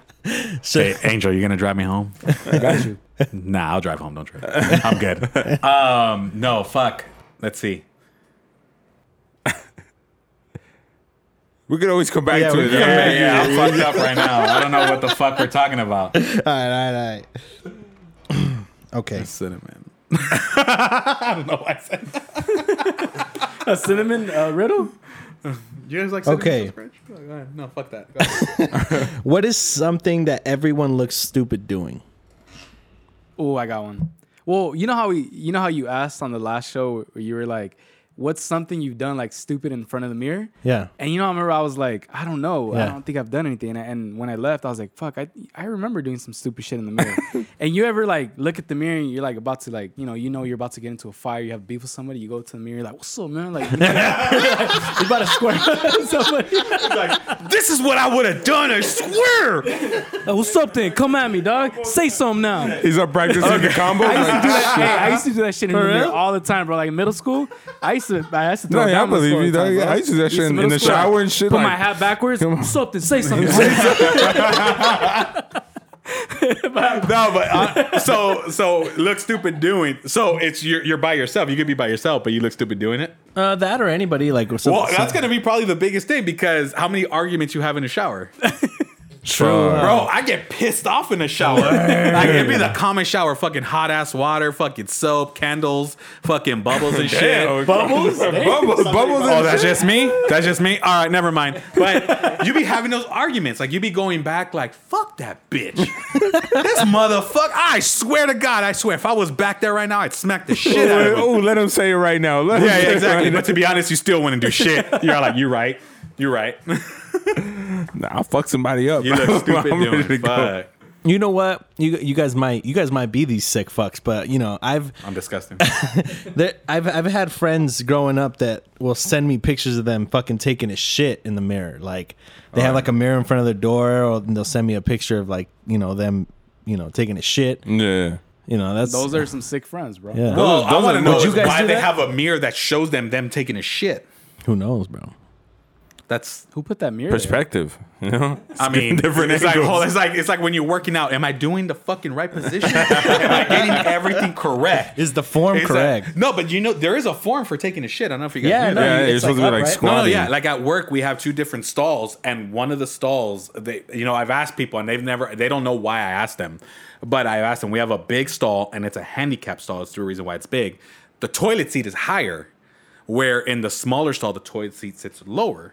Hey, Angel, you gonna drive me home?
Got you.
Nah, I'll drive home. Don't trip. I'm good. Um, no, fuck. Let's see.
We could always come back
Yeah,
to
we
it.
can
Yeah,
Yeah, yeah, I'm fucked up right now. I don't know what the fuck we're talking about.
all right, all right, all right. okay.
Cinnamon. <laughs> I don't know why I said that.
A cinnamon uh, riddle?
You guys like
cinnamon Okay. toast
No, fuck that.
<clears throat> What is something that everyone looks stupid doing?
Oh, I got one. Well, you know how we, you know how you asked on the last show where you were like, "What's something you've done like stupid in front of the mirror?"
Yeah.
And you know, I remember I was like, "I don't know. I
Yeah.
don't think I've done anything." And, I- and when I left, I was like, "Fuck, I, I remember doing some stupid shit in
<laughs>
the mirror." and you ever like look at the mirror and you're like about to like, you know, you know you're about to get into a fire. You have beef with somebody. You go to the mirror, you're like, "What's up, man?" Like, you know,
<laughs>
<laughs> you're about to squirt <laughs> somebody.
<laughs> this is what I would have done. I <laughs> swear.
Like, What's up, then? Come at me, dog. Say something now.
He's up practicing the combo.
I used to
Like,
do that. Hey, I used to do that shit in the mirror
real?
all the time, bro. Like in middle school, I used to, I used to. Throw
No, yeah,
down
I
my
believe
score
you, dog.
times,
Yeah,
bro.
I used to do that
Used
shit in
middle
the
school, like,
shower and shit,
Put
like-
my hat backwards.
Come on.
Something, say something. Say
No, but uh, so so look stupid doing. So it's you're you're by yourself. You could be by yourself, but you look stupid doing it.
Uh, that or anybody like. Or
Well, that's gonna be probably the biggest thing because how many arguments you have in a shower,
True.
bro? I get pissed off in a shower. like it'd be the common shower, fucking hot ass water, fucking soap, candles, fucking bubbles <laughs> and shit.
Bubbles, <laughs> bubbles, bubbles.
Oh,
and
that's
shit.
just me. That's just me. All right, never mind. <laughs> But you be having those arguments, like you be going back, like fuck that bitch, this motherfucker. I swear to God, I swear, if I was back there right now, I'd smack the shit out of him.
Oh, let him say it right now. Let him
<laughs> Yeah,
say
yeah,
it
exactly.
right
But to be honest, you still wouldn't do shit. <laughs> You're like, you're right. <laughs> You're right.
now. <laughs> Nah, I'll fuck somebody up.
You look
<laughs>
stupid
I'm ready
doing.
to go.
Fuck.
You know what? You you guys might you guys might be these sick fucks, but you know I've
I'm disgusting.
there, I've I've had friends growing up that will send me pictures of them fucking taking a shit in the mirror. Like they have like a mirror in front of their door, or they'll send me a picture of like you know them you know taking a shit.
Yeah.
You know that's
Those are some sick friends, bro.
yeah.
Well, I
those
want
are-
to know
would
you
is
guys
why
do
they
that?
have a mirror that shows them them taking a shit.
Who knows, bro?
That's
Who put that mirror? there?
Perspective, you know.
I mean,
different
It's like,
angles.
hold- it's like it's like when you're working out. Am I doing the fucking right position? am I getting everything correct?
Is the form
It's <laughs>
correct?
like- no, but you know there is a form for taking a shit. I don't know if you guys
Yeah,
knew
no,
that.
yeah,
it's
you're
like
supposed to be
up,
like
right?
No, no,
squatting.
yeah. Like at work, we have two different stalls, and one of the stalls, they, you know, I've asked people, and they've never, they don't know why I asked them, but I asked them. We have a big stall, and it's a handicap stall. It's the reason why it's big. The toilet seat is higher, where in the smaller stall, the toilet seat sits lower.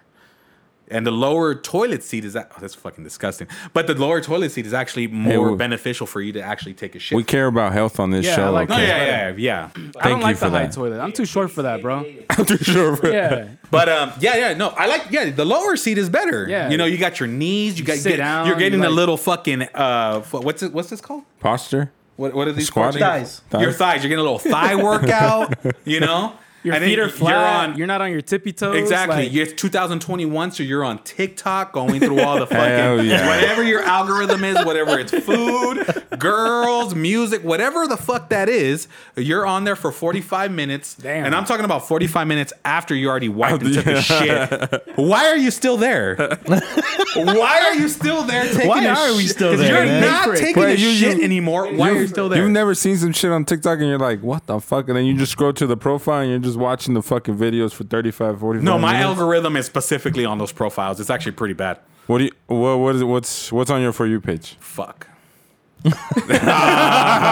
And the lower toilet seat is that, oh, that's fucking disgusting. But the lower toilet seat is actually more
we-
beneficial for you to actually take a shit.
we care about health on this
Yeah, I
show.
like
no,
okay?
yeah, yeah, yeah, yeah.
I don't
Thank you
like the
for
high
that.
toilet. I'm too short for that, bro.
<laughs>
I'm too sure. for-
Yeah.
But um, yeah, yeah, no, I like yeah. The lower seat is better.
Yeah.
you know, you got your knees. You, got
sit
get-
down,
You're getting
you
a
like-
little fucking uh, fu- what's it? What's this called?
Posture.
What what are these
Squatting.
parts?
Thighs.
Your thighs. You're getting a little
<laughs>
thigh workout. You know,
Your
And then
feet are flat. You're,
You're on
not on your tippy toes.
Exactly.
like-
you're 2021, so you're on TikTok going through all the
Hell
fucking
yeah.
whatever your algorithm is, whatever
<laughs>
it's food, girls, music, whatever the fuck that is, you're on there for 45 minutes.
Damn.
And I'm talking about 45 minutes after you already wiped and took
yeah.
a shit. Why are you still there? Why are you still there taking
Why
a
are we
shit?
still
'Cause
there,
You're
man?
not taking
Wait,
a
you-
shit
you-
anymore. Why are you still there?
You've never seen some shit on TikTok and you're like, what the fuck? And then you just scroll to the profile and you're just watching the fucking videos for 35, 45
no, my
minutes.
algorithm is specifically on those profiles. It's actually pretty bad.
What do you, what, what is it, what's, what's on your For You page? <laughs>
Fuck.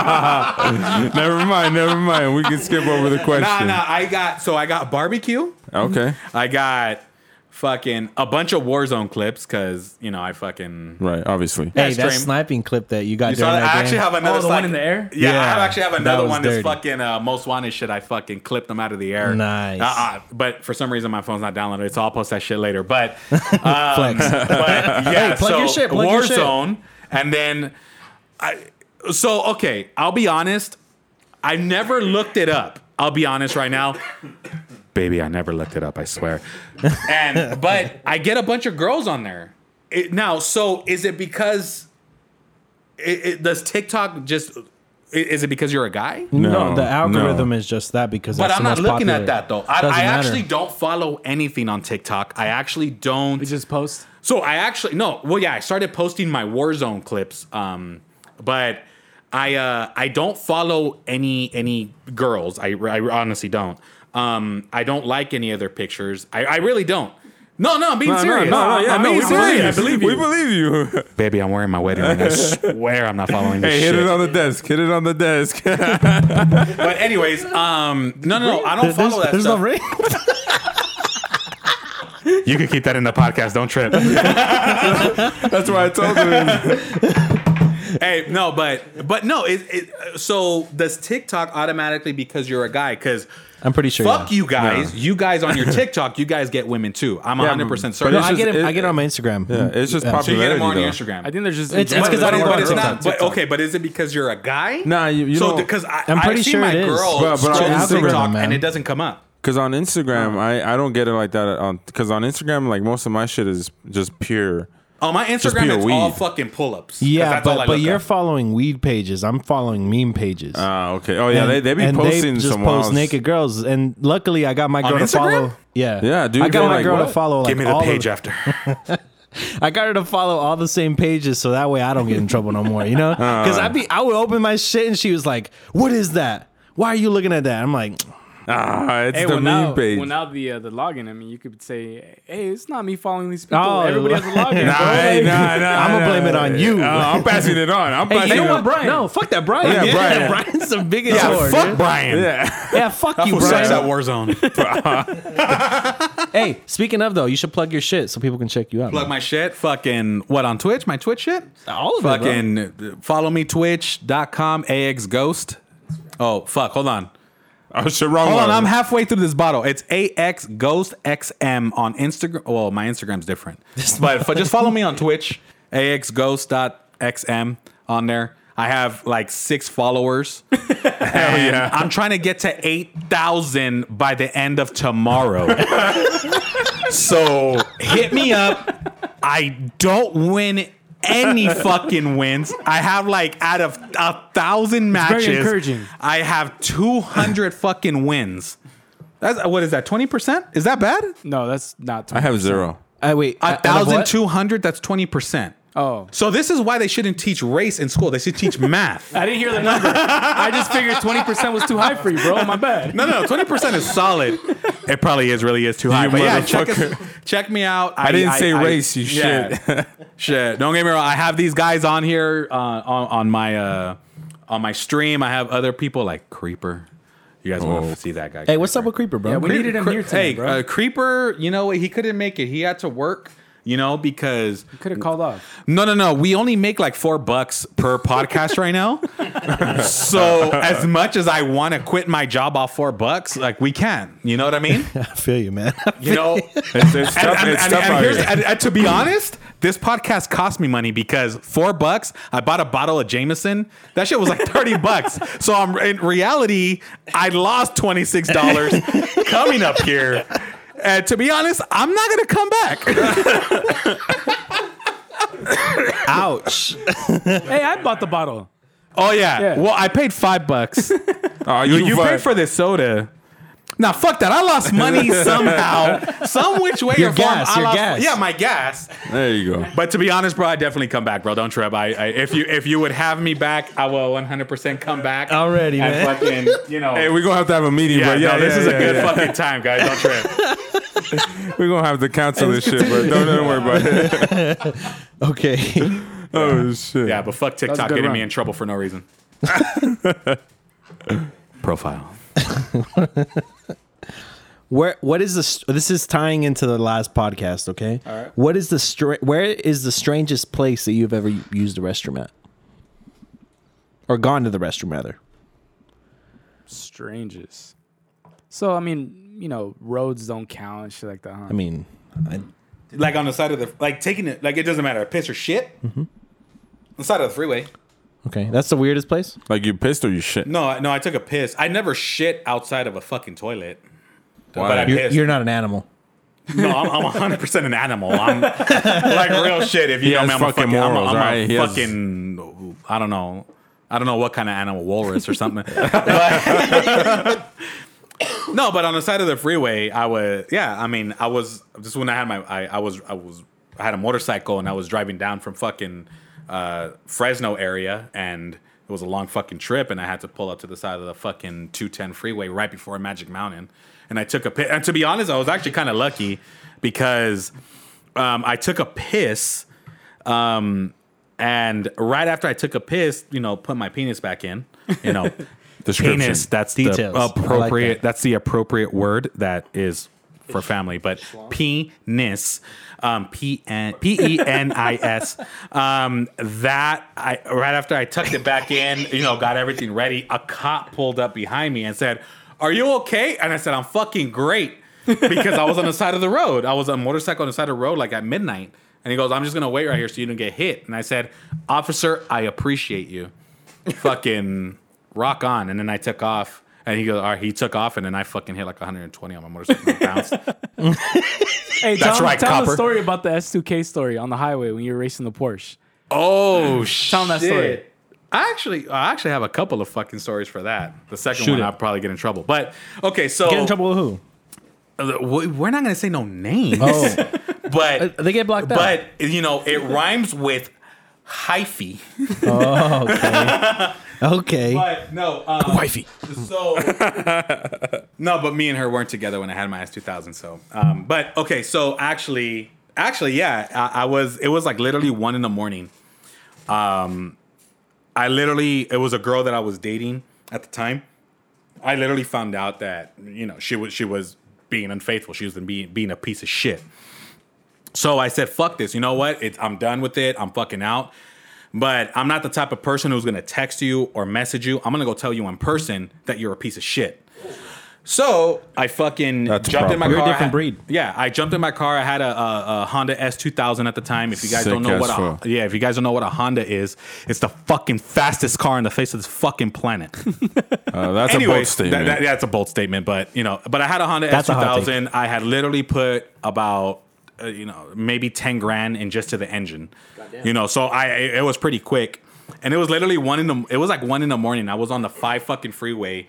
never mind, never mind. We can skip over the question.
Nah, nah. Ah, I got so I got barbecue.
Okay.
I got fucking a bunch of Warzone clips because you know I fucking.
Right, obviously.
Hey,
Yeah,
that
stream.
sniping clip that you got
You
during
saw that?
that
I
game.
actually have another.
Oh, the one
like-
in the air?
Yeah, I
Yeah,
actually have
that
another
was
one that's
dirty.
fucking uh, most wanted shit. I fucking clipped them out of the air.
Nice.
Uh-uh. But for some reason my phone's not downloaded. It's so I'll post that shit
<laughs>
later. But <laughs>
Flex.
but yeah,
plug
so
your shit, plug your shit.
Warzone, and then I. So okay, I'll be honest. I never looked it up. I'll be honest right now. Baby, I never looked it up, I swear. And but I get a bunch of girls on there. It, now, so is it because it, it, does TikTok just i- is it because you're a guy?
no,
No,
the algorithm
no.
is just that because.
But
that's
I'm
the
not
most
looking
popular.
at that though. I,
Doesn't
I
matter.
actually don't follow anything on TikTok. I actually don't
You just post.
so I actually no, well yeah, I started posting my Warzone clips, um, but I uh, I don't follow any any girls. I, I honestly don't. Um, I don't like any other pictures. I, I really don't. No, no, I'm being
No, no,
serious.
no, no, yeah,
I'm
no,
being
we believe
serious.
you.
I believe
We
you,
believe you.
baby. I'm wearing my wedding ring. I swear I'm not following
<laughs>
this
hey, hit
shit.
it on the desk. Hit it on the desk.
But anyways, um, no, no, no, I don't
There's,
follow that
there's
stuff.
no ring.
you can keep that in the podcast. Don't
<laughs>
trip.
That's why I <laughs> told you.
hey, no, but but no, it, it so does TikTok automatically because you're a guy? Because
I'm pretty sure.
Fuck
yeah.
you guys. You guys on your
<laughs>
TikTok, you guys get women too. I'm 100% certain.
No,
It's
I
just-
get it.
it-
I get it on my Instagram.
Yeah, it's just
so you get
popularity,
it more on
though.
your Instagram.
I think there's just.
It's- it's 'cause I
but,
don't
but
go
it's
on
not.
TikTok.
But, okay, but is it because you're a guy?
Nah, you, you
so
don't.
because I,
I'm
i
pretty
see
sure
my
it is.
girls
But- but on
scroll
Instagram,
TikTok
man.
and it doesn't come up.
Because on Instagram, I, I don't get it like that. On because on Instagram, like most of my shit is just pure.
On my Instagram,
pure
it's all
weed.
fucking pull-ups. 'Cause
Yeah,
that's all I
but but
look
you're
up.
following weed pages. I'm following meme pages.
Ah, okay. Oh yeah,
And-
they, they be
and
posting
just
some
post
wild-
naked girls, and luckily I got my girl to
Instagram?
follow. Yeah,
Yeah, dude,
I got
you're
my
like,
girl
what?
to follow. Like,
Give me the
all
page
Of,
after.
I got her to follow all the same pages, so that way I don't get in trouble no more. You know, because I be I would open my shit, and she was like, "What is that? Why are you looking at that?" I'm like,
Ah, it's
Hey,
the
well
meme
now,
page.
well now the uh, the login. I mean, you could say, "Hey, it's not me following these people.
Oh,
Everybody has a <laughs> login."
nah,
bro.
hey,
Like,
<laughs> nah, nah,
I'ma
nah,
blame it
nah.
on you.
Uh, I'm passing it on. I'm
"Hey,
passing
you
it
know
on.
what, Brian? No, fuck that, Brian.
Yeah, Brian.
Brian's a biggest
yeah,
whore.
fuck
dude.
Brian.
Yeah.
Yeah, fuck you,
Who sucks at
Brian.
Warzone?
Hey, speaking of though, you should plug your shit so people can check you out.
Plug my shit. Fucking what on Twitch? My Twitch shit?
All of it, bro.
fucking uh, follow me twitch.com axghost. Oh fuck, hold on.
<laughs> Oh, shit, wrong
Hold
one.
on, I'm halfway through this bottle. It's AX Ghost XM on Instagram.
<laughs>
Well, my Instagram's different, but fo- just follow me on Twitch, AXGhost.xm. on there. I have like six
<laughs>
followers. And I'm trying to get to 8,000 by the end of tomorrow.
<laughs>
so hit me up. I don't win any fucking wins. I have like out of a thousand
very
matches,
encouraging.
I have 200 fucking wins. That's what is that? Twenty percent? Is that bad?
No, that's not.
I have zero.
I wait.
A thousand two hundred. That's twenty percent.
Oh.
So this is why they shouldn't teach race in school. They should teach math.
I didn't hear the number. I just figured 20% was too high for you, bro. My <laughs>
<laughs>
bad.
No, no, twenty percent is solid. It probably is, really is too high. But yeah, check, us- check me out.
I didn't say race, you
shit. <laughs> shit. Don't get me wrong. I have these guys on here uh, on, on my uh, on my stream. I have other people like Creeper. You guys
Oh.
want to see that guy?
Hey, what's up with Creeper, bro?
we needed him
Cre-
here tonight,
Hey,
bro.
Uh, Creeper. You know what? He couldn't make it. He had to work. You know because
Could have called off.
No, no, no. We only make like four bucks per <laughs> podcast right now. so as much as I want to quit my job off four bucks, like we can. You know what I mean?
I feel you, man.
<laughs>
You
<laughs>
know.
It's, it's
And,
tough.
and-
it's
and-
tough
and
out
here's-
here.
and- and to be honest, this podcast cost me money because four bucks, I bought a bottle of Jameson. That shit was like 30 bucks. So I'm in reality, I lost $26 coming up here. And to be honest, I'm not going to come back. <laughs>
Ouch.
Hey, I bought the bottle.
Oh, yeah.
Yeah.
Well, I paid five bucks.
Aw,
You, you
fuck.
paid for this soda. Now fuck that. I lost money somehow, some which way
Your
or form.
gas,
I
your
lost,
gas.
Yeah, my gas.
There you go.
But to be honest, bro, I definitely come back, bro. Don't trip. I, I if you if you would have me back, I will 100 percent come back.
Already,
and
man.
fucking, you know.
Hey, we're gonna have to have a meeting,
yeah,
bro. Yeah,
no, this
yeah,
is
yeah,
a good
yeah.
fucking time, guys. Don't
<laughs>
trip.
We're gonna have to cancel this shit, bro. Don't, don't worry about <laughs> it.
Okay.
Oh shit.
Yeah, but fuck
was a
TikTok
good
getting
run.
me in trouble for
<laughs>
no reason. Profile.
<laughs> Where what is the st- this is tying into the last podcast, okay? All right. What is the stra- where is the strangest place that you've ever used the restroom at? Or gone to the restroom rather?
Strangest. So, I mean, you know, roads don't count and shit like that, huh?
I mean, I,
Like on the side of the like taking it like it doesn't matter piss or shit. The side of the freeway.
okay. That's the weirdest place?
Like you pissed or you shit.
No, I- no, I took a piss. I never shit outside of a fucking toilet.
Why?
But I
You're,
pissed.
you're not an animal.
no, I'm, I'm 100% an animal. I'm like real shit. If you
He
know
has
me, I'm a
fucking
fucking, I'm a-
morals,
I'm a
alright? He has-
fucking, I don't know. I don't know what kind of animal, walrus or something.
<laughs>
No, but on the side of the freeway, I was yeah. I mean, I was just when I had my I, I was I was I had a motorcycle and I was driving down from fucking uh, Fresno area and it was a long fucking trip and I had to pull up to the side of the fucking 210 freeway right before Magic Mountain and I took a piss. And to be honest, I was actually kind of lucky because um, I took a piss. Um, and right after I took a piss, you know, put my penis back in, you know,
Description.
penis. That's
Details. I
the
like
appropriate.
that.
That's the appropriate word that is for family. But penis, um, p n p e n i s. Um, that I right after I tucked it back in, you know, got everything ready. A cop pulled up behind me and said, "Are you okay?" And I said, "I'm fucking great," because I was on the side of the road. I was on a motorcycle on the side of the road, like at midnight. And he goes, "I'm just gonna wait right here so you don't get hit." And I said, "Officer, I appreciate you." fucking rock on. And then I took off. And he goes, all right, he took off, and then I fucking hit like 120 on my motorcycle
<laughs>
and bounced.
Hey,
That's
tell,
right,
tell
copper.
the story about the S2K story on the highway when you were racing the Porsche.
oh, shit.
Tell him that story.
I actually, I actually have a couple of fucking stories for that. The second
Shoot
one,
it.
I'll probably get in trouble. But okay, so
Get in trouble with who?
Uh, we- We're not gonna say no names,
Oh,
<laughs> but
they get blocked out.
but you know it rhymes with hyphy.
okay.
But no, um, So no, but me and her weren't together when I had my S two thousand. So, um, but okay, so actually, actually, yeah, I, I was. It was like literally one in the morning. Um, I literally, it was a girl that I was dating at the time. I literally found out that you know she was she was being unfaithful. She was being being a piece of shit. So I said, "Fuck this! You know what? It's, I'm done with it. I'm fucking out." But I'm not the type of person who's gonna text you or message you. I'm gonna go tell you in person that you're a piece of shit. So I fucking
That's a
jumped in my
problem. You're a
car.
different
I
breed.
had- Yeah, I jumped in my car. I had a, a, a Honda S two thousand at the time. If you guys don't
Sick
know
as
what a
fuck.
yeah, if you guys don't know what a Honda is, it's the fucking fastest car on the face of this fucking planet.
Uh, that's a bold
Anyways, that-
statement.
that- that's a bold statement, but you know, but I had a Honda S
That's
two
a hot take.
thousand. I had literally put about uh, you know maybe ten grand in just to the engine. You know, so I it it was pretty quick, and it was literally one in the it was like one in the morning. I was on the five fucking freeway,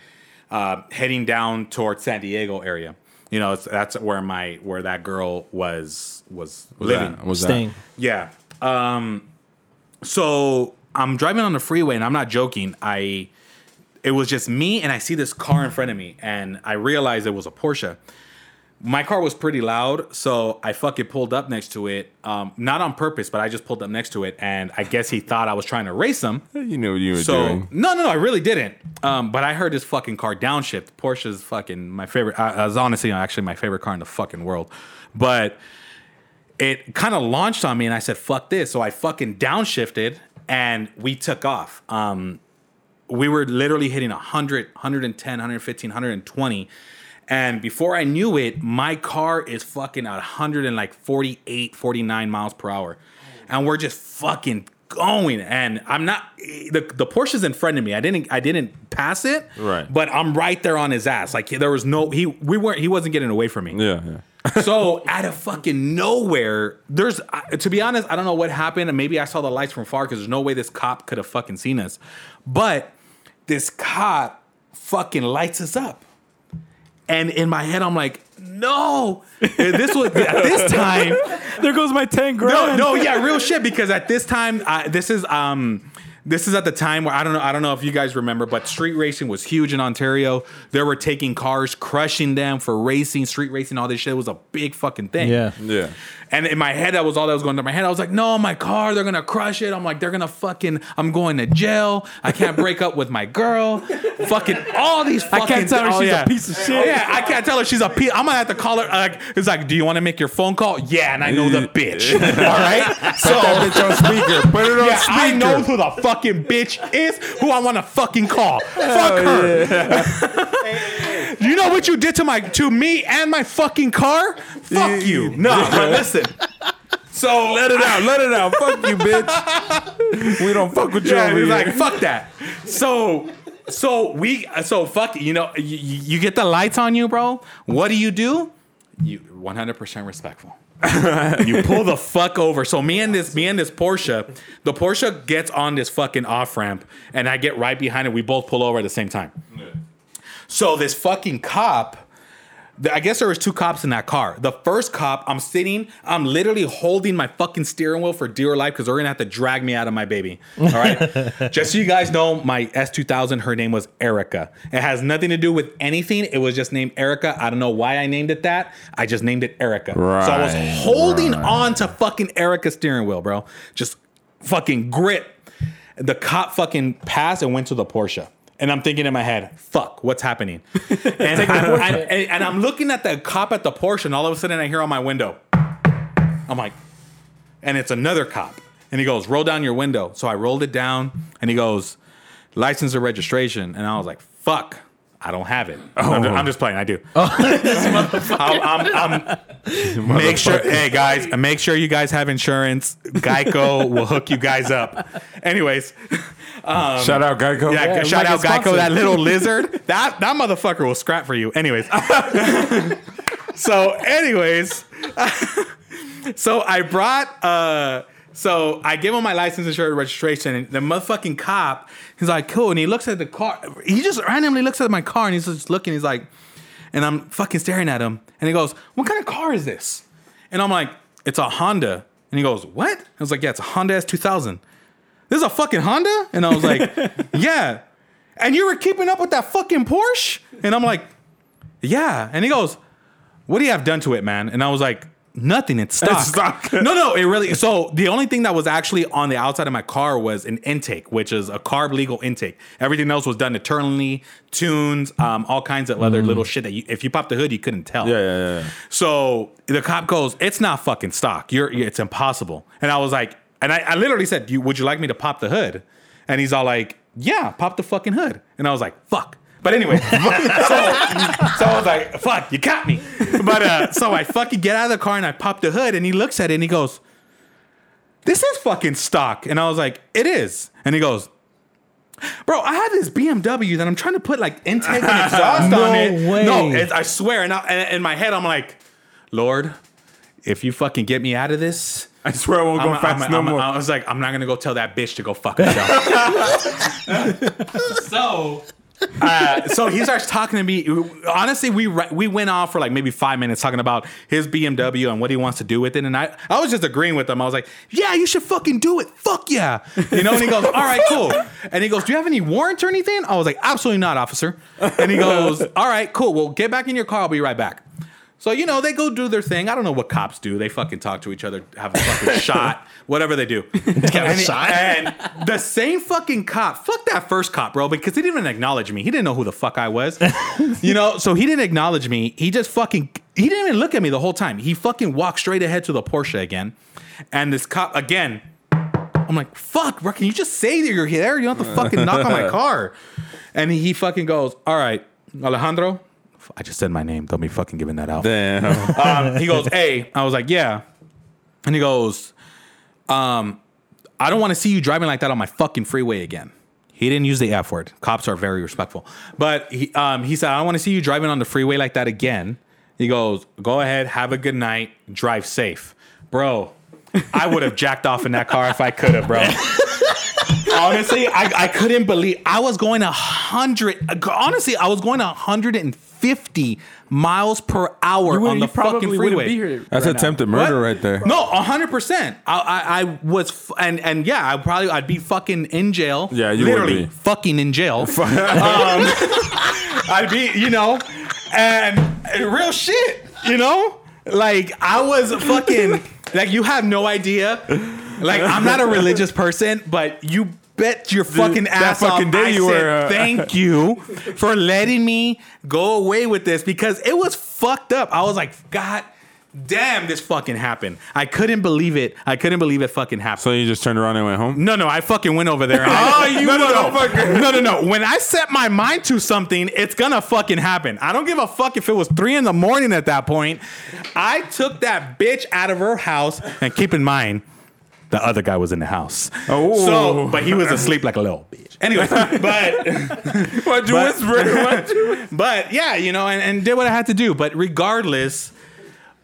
uh, heading down towards San Diego area. You know, it's, that's where my where that girl was was,
Was
living.
that- was that-
Staying.
Yeah. Um, so I'm driving on the freeway, and I'm not joking. I it was just me, and I see this car in front of me, and I realized it was a Porsche. My car was pretty loud, so I fucking pulled up next to it. Um, not on purpose, but I just pulled up next to it, and I guess he thought I was trying to race him.
you knew what you were
So
doing.
no, no, no, I really didn't. Um, but I heard this fucking car downshift. Porsche's fucking my favorite. I, I was honestly actually my favorite car in the fucking world. But it kind of launched on me, and I said, "Fuck this!" So I fucking downshifted, and we took off. Um, we were literally hitting 100, 110, 115, 120. And before I knew it, my car is fucking at 148, 49 miles per hour. And we're just fucking going. And I'm not the the Porsche's in front of me. I didn't I didn't pass it.
Right.
But I'm right there on his ass. Like there was no he we weren't he wasn't getting away from me
Yeah, yeah.
so out of fucking nowhere, there's I- to be honest, I don't know what happened, and maybe I saw the lights from far because there's no way this cop could have fucking seen us. But this cop fucking lights us up, and in my head, I'm like, no, And this was at this time.
There goes my ten
No,
grand.
no, yeah, real shit. Because at this time, I, this is um, this is at the time where I don't know, I don't know if you guys remember, but street racing was huge in Ontario. They were taking cars, crushing them for racing, street racing, all this shit was a big fucking thing.
Yeah.
Yeah.
And in my head, that was all that was going through my head. I was like, no, my car, they're gonna crush it. I'm like, they're gonna fucking, I'm going to jail. I can't break up with my girl. fucking all these fucking.
tell her
oh,
she's a
yeah.
piece of shit.
Yeah, I can't tell her she's a piece. I'm gonna have to call her. Like, it's like, do you want to make your phone call? Yeah, and I know the bitch. all right, so.
Put on speaker. Put it on
Yeah,
speaker.
I know who the fucking bitch is who I want to fucking call. Fuck her. <laughs> you know what you did to my to me and my fucking car? Fuck you. No, but listen. So let it
Now, let it out. Fuck you, bitch. We don't fuck with you.
yeah,
over
he's
here.
like, fuck that. So, so we, so fuck, it, you know, you, you get the lights on you, bro. What do you do? You 100% respectful. <laughs> you pull the fuck over. So me and this, me and this Porsche, the Porsche gets on this fucking off ramp, and I get right behind it. We both pull over at the same time. So this fucking cop. th- I guess there was two cops in that car. The first cop, I'm sitting, I'm literally holding my fucking steering wheel for dear life because they're gonna have to drag me out of my baby. All
<laughs>
right. just so you guys know, my S2000, her name was Erica. It has nothing to do with anything. It was just named Erica. I don't know why I named it that. I just named it Erica. So I was
Right,
holding on to fucking Erica's steering wheel, bro. Just fucking grip. The cop fucking passed and went to the Porsche. And I'm thinking in my head, fuck, what's happening? And, I'm, I'm- and- and I'm looking at the cop at the Porsche, and all of a sudden I hear on my window, I'm like, and it's another cop. And he goes, roll down your window. So I rolled it down, and he goes, license or registration. And I was like, fuck, I don't have it. I'm, just, I'm just playing, I do. <laughs> I'm, I'm, I'm, make sure, hey guys, make sure you guys have insurance. Geico will hook you guys up. Anyways,
um, Shout out Geico.
yeah,
Yeah,
shout
like
out
a
Geico,
sponsor.
that little lizard. That that motherfucker will scrap for you. Anyways. <laughs> so, anyways, <laughs> so I brought uh so I give him my license insurance registration and the motherfucking cop, he's like, cool. And he looks at the car. He just randomly looks at my car and he's just looking, he's like, and I'm fucking staring at him. And he goes, What kind of car is this? And I'm like, It's a Honda. And he goes, What? I was like, Yeah, it's a Honda S2000 this is a fucking Honda? And I
<laughs>
was like, yeah. And you were keeping up with that fucking Porsche? And I'm like, yeah. And he goes, what do you have done to it, man? And I was like, nothing. It's stock.
It's stock.
<laughs> no, no, it really. So the only thing that was actually on the outside of my car was an intake, which is a carb legal intake. Everything else was done internally, tunes, um, all kinds of other little shit that you, if you popped the hood, you couldn't tell.
Mm. Yeah, yeah, yeah.
So the cop goes, "It's not fucking stock. You're, it's impossible." And I was like, and I, I literally said, you, "Would you like me to pop the hood?" And he's all like, "Yeah, pop the fucking hood." And I was like, "Fuck." But anyway, <laughs> so, so I was like, fuck, you caught me. But uh, so I fucking get out of the car and I pop the hood and he looks at it and he goes, this is fucking stock. And I was like, it is. And he goes, Bro, I have this BMW that I'm trying to put like
<laughs>
intake and exhaust
No
on it.
way.
No, it's, I swear. And, I, and in my head, I'm like, Lord, if you fucking get me out of this,
I swear I won't
I'm,
go
I'm,
fast
I'm,
no
I'm-
more.
I was like, I'm not gonna go tell that bitch to go fuck herself.
<laughs>
so, uh, so he starts talking to me. Honestly, we ri- we went off for like maybe five minutes talking about his BMW and what he wants to do with it. And I I was just agreeing with him. I was like, Yeah, you should fucking do it. Fuck yeah, you know. And he goes, All right, cool. And he goes, Do you have any warrants or anything? I was like, Absolutely not, officer. And he goes, All right, cool. Well, get back in your car. I'll be right back. So you know they go do their thing. I don't know what cops do. They fucking talk to each other, have a fucking shot, whatever they do. and,
shot?
and the same fucking cop, fuck that first cop, bro, because he didn't even acknowledge me. He didn't know who the fuck I was, you know. So he didn't acknowledge me. He just fucking he didn't even look at me the whole time. He fucking walked straight ahead to the Porsche again, and this cop again. I'm like, fuck, bro, can you just say that you're there? You don't have to fucking knock on my car. And he fucking goes, all right, Alejandro. I just said my name. Don't be fucking giving that out <laughs>
Damn.
um, he goes, "Hey," I was like, "Yeah," and he goes, "Um, I don't want to see you driving like that on my fucking freeway again." He didn't use the F word. Cops are very respectful, but he um, he said, "I don't want to see you driving on the freeway like that again." He goes, "Go ahead, have a good night, drive safe, bro." I would have jacked off in that car if I could have, bro. <laughs> honestly, I, I couldn't believe I was going a hundred. Honestly, I was going a hundred and fifty miles per hour
You
on
wouldn't-
the
you probably
fucking
wouldn't
freeway.
be here
That's
right now.
attempted murder
What?
right there.
No, hundred percent. I, I I was f- and and yeah, I probably I'd be fucking in jail.
Yeah, you would
literally
be.
fucking
<laughs>
in jail. um, <laughs> I'd be you know, and, and real shit, you know, like I was
<laughs>
fucking like you have no idea. Like I'm not a religious person, but you bet your fucking
that
ass
fucking
off.
day
I
you
said,
were, uh,
thank you for letting me go away with this because it was fucked up. I was like, God damn, this fucking happened. I couldn't believe it. I couldn't believe it fucking happened.
So you just turned around and went home?
no, no, I fucking went over <laughs> there. oh, you no, no, no. no, no, no. When I set my mind to something, it's gonna fucking happen. I don't give a fuck if it was three in the morning at that point. I took that bitch out of her house, and keep in mind, the other guy was in the house.
Oh.
so but he was asleep like a little bitch. Anyway, <laughs> but
Why'd you
<laughs> but yeah, you know, and, and did what I had to do. But regardless,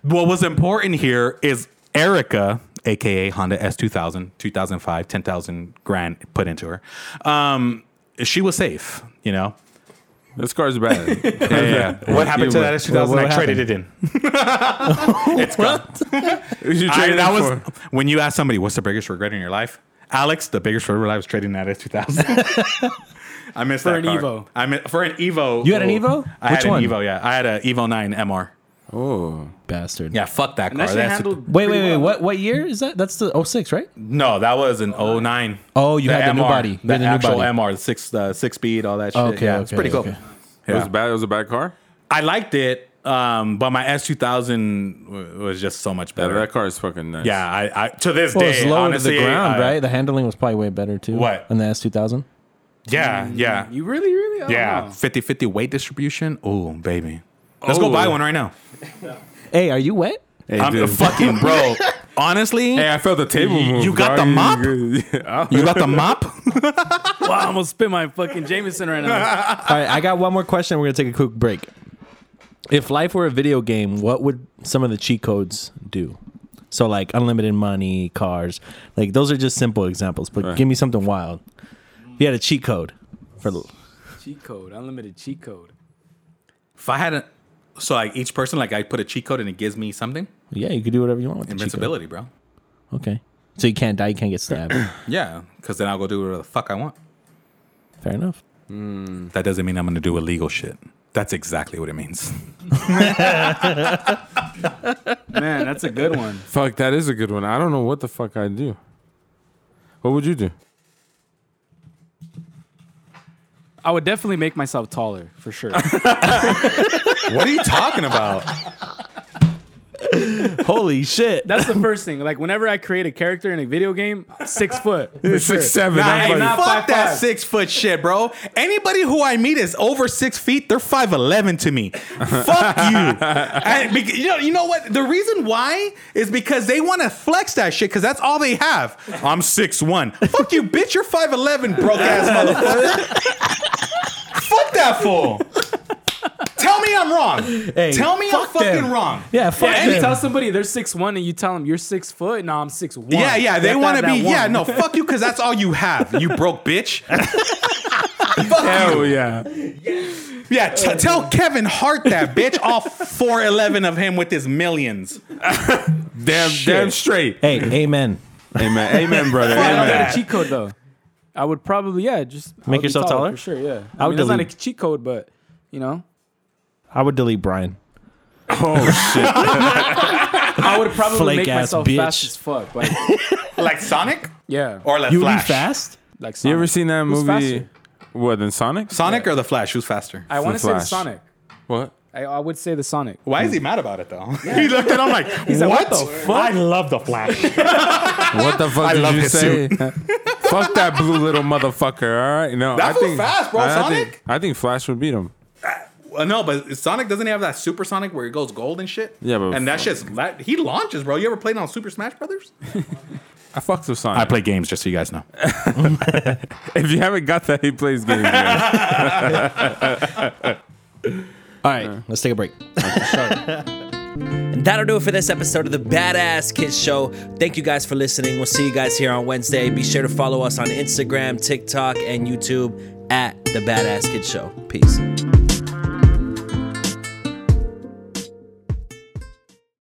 what was important here is Erica, aka Honda S2000, 2005, 10,000 grand put into her. Um, she was safe, you know.
This car's bad. <laughs> yeah,
What happened to that
What-
S2000?
what
I traded it in. it's gone.
You
I,
traded
that
it
was
for?
when you ask somebody what's the biggest regret in your life. Alex, the biggest regret I was trading that S2000. I missed
For
that
an
car.
Evo.
I mi- for an Evo. Oh.
You had an Evo?
I
Which
had an
one?
Evo. Yeah, I had an Evo nine MR.
Oh.
Bastard.
Yeah, fuck that
And
car.
that shit
That's-
handled
Wait,
pretty
wait, wait.
well.
What what year is that? That's the 06, right?
no, that was an 09.
Oh, you had the new body. You
The,
had the new
actual
body.
MR, the six uh, six speed, all that shit.
Okay,
yeah, it's
okay,
pretty cool.
okay.
It was bad. It was a bad car?
I liked it, um, but my S2000 w- was just so much
Yeah,
better.
that car is fucking nice.
yeah, I, I to this
Well,
day,
it's lower
honestly,
to the ground,
I-
right? The handling was probably way better too.
What?
On the S2000?
Yeah, yeah,
Mm, You really, really? I don't
Yeah,
know.
50 50 weight distribution. Oh, baby. Let's go
Ooh.
buy one right now.
Hey, are you wet?
Hey,
I'm
dude. <laughs>
<laughs> fucking bro. Honestly,
Hey, I felt the table
You-
move.
you got
dog.
the mop?
<laughs> Yeah.
you got the mop?
Wow, I'm gonna spit my fucking Jameson right
<laughs>
now.
All right, I got one more question. We're gonna take a quick break. If life were a video game, what would some of the cheat codes do? So like unlimited money, cars, like those are just simple examples. But give me something wild. If you had a cheat code for the
cheat code, unlimited cheat code.
<laughs> if I had a so like each person, like I put a cheat code and it gives me something.
yeah, you could do whatever you want with the cheat code.
Invincibility, bro.
Okay, so you can't die, you can't get stabbed. <clears throat>
Yeah, because then I'll go do whatever the fuck I want.
Fair enough.
That doesn't mean I'm gonna do illegal shit. That's exactly what it means.
Man, that's a good one.
Fuck, that is a good one. I don't know what the fuck I'd do. What would you do?
I would definitely make myself <laughs> taller for sure.
what are you talking about?
Holy shit.
That's the first thing. Like whenever I create a character in a video game, <laughs> six foot. for
Six
sure.
seven.
Nah,
I'm
hey,
fucking-
fuck
five,
that
five.
six foot shit, bro. Anybody who I meet is over six feet. They're five eleven to me. fuck you. And bec- you know, you know what? The reason why is because they want to flex that shit because that's all they have. I'm six one. fuck you, bitch. You're five eleven, broke ass motherfucker. fuck that fool. Tell me I'm wrong.
Hey,
Tell me I'm
fuck
fucking
them.
wrong.
<laughs> Yeah, fuck
And you
them.
tell somebody they're six one, and you tell them you're six foot. No, I'm six one.
Yeah, yeah, they want to be. Yeah, no,
Fuck
fuck you, because that's all you have. You broke <laughs> bitch. fuck you.
Hell Oh, yeah.
Yeah, t- tell Kevin Hart that bitch. All four eleven of him with his millions.
Damn, damn straight.
Hey, amen.
Amen. Amen, brother.
I got
Amen.
a cheat code though. I would probably yeah, just I
Make
would be
yourself taller?
for sure. Yeah,
I
I,
would
mean, that's not a
delete.
cheat code, but you know,
I would delete Brian.
Oh shit.
I would probably
Flake
make
ass
myself fast
bitch.
as fuck. Like
Like Sonic
yeah,
or like
You leave
Flash.
fast?
like Sonic.
You ever seen that
Who's
movie?
faster?
What in Sonic?
Sonic or the Flash? Who's faster?
I want to say the
Flash.
Sonic.
What?
I, I would say the Sonic.
Why is he mad about it though? <laughs> he looked at him like,
said,
what?
"What the
I love the Flash.
What the fuck
I
did
love
you
his
say? <laughs> fuck that blue little motherfucker. All right, no,
That
I
fool
think
fast, bro,
I, I
Sonic?
think, I think Flash would beat him.
Uh, no, but Sonic doesn't he have that supersonic where it goes gold and shit.
Yeah, but-
and that shit's that, he launches, bro. You ever played on Super Smash Brothers?
I fucked with Sonic.
play games just so you guys know.
if you haven't got that, he plays <laughs> games. man.
All right, let's take a break.
And <laughs> that'll do it for this episode of the Badass Kids Show. Thank you guys for listening. We'll see you guys here on Wednesday. Be sure to follow us on Instagram, TikTok, and YouTube at the Badass Kids Show. Peace.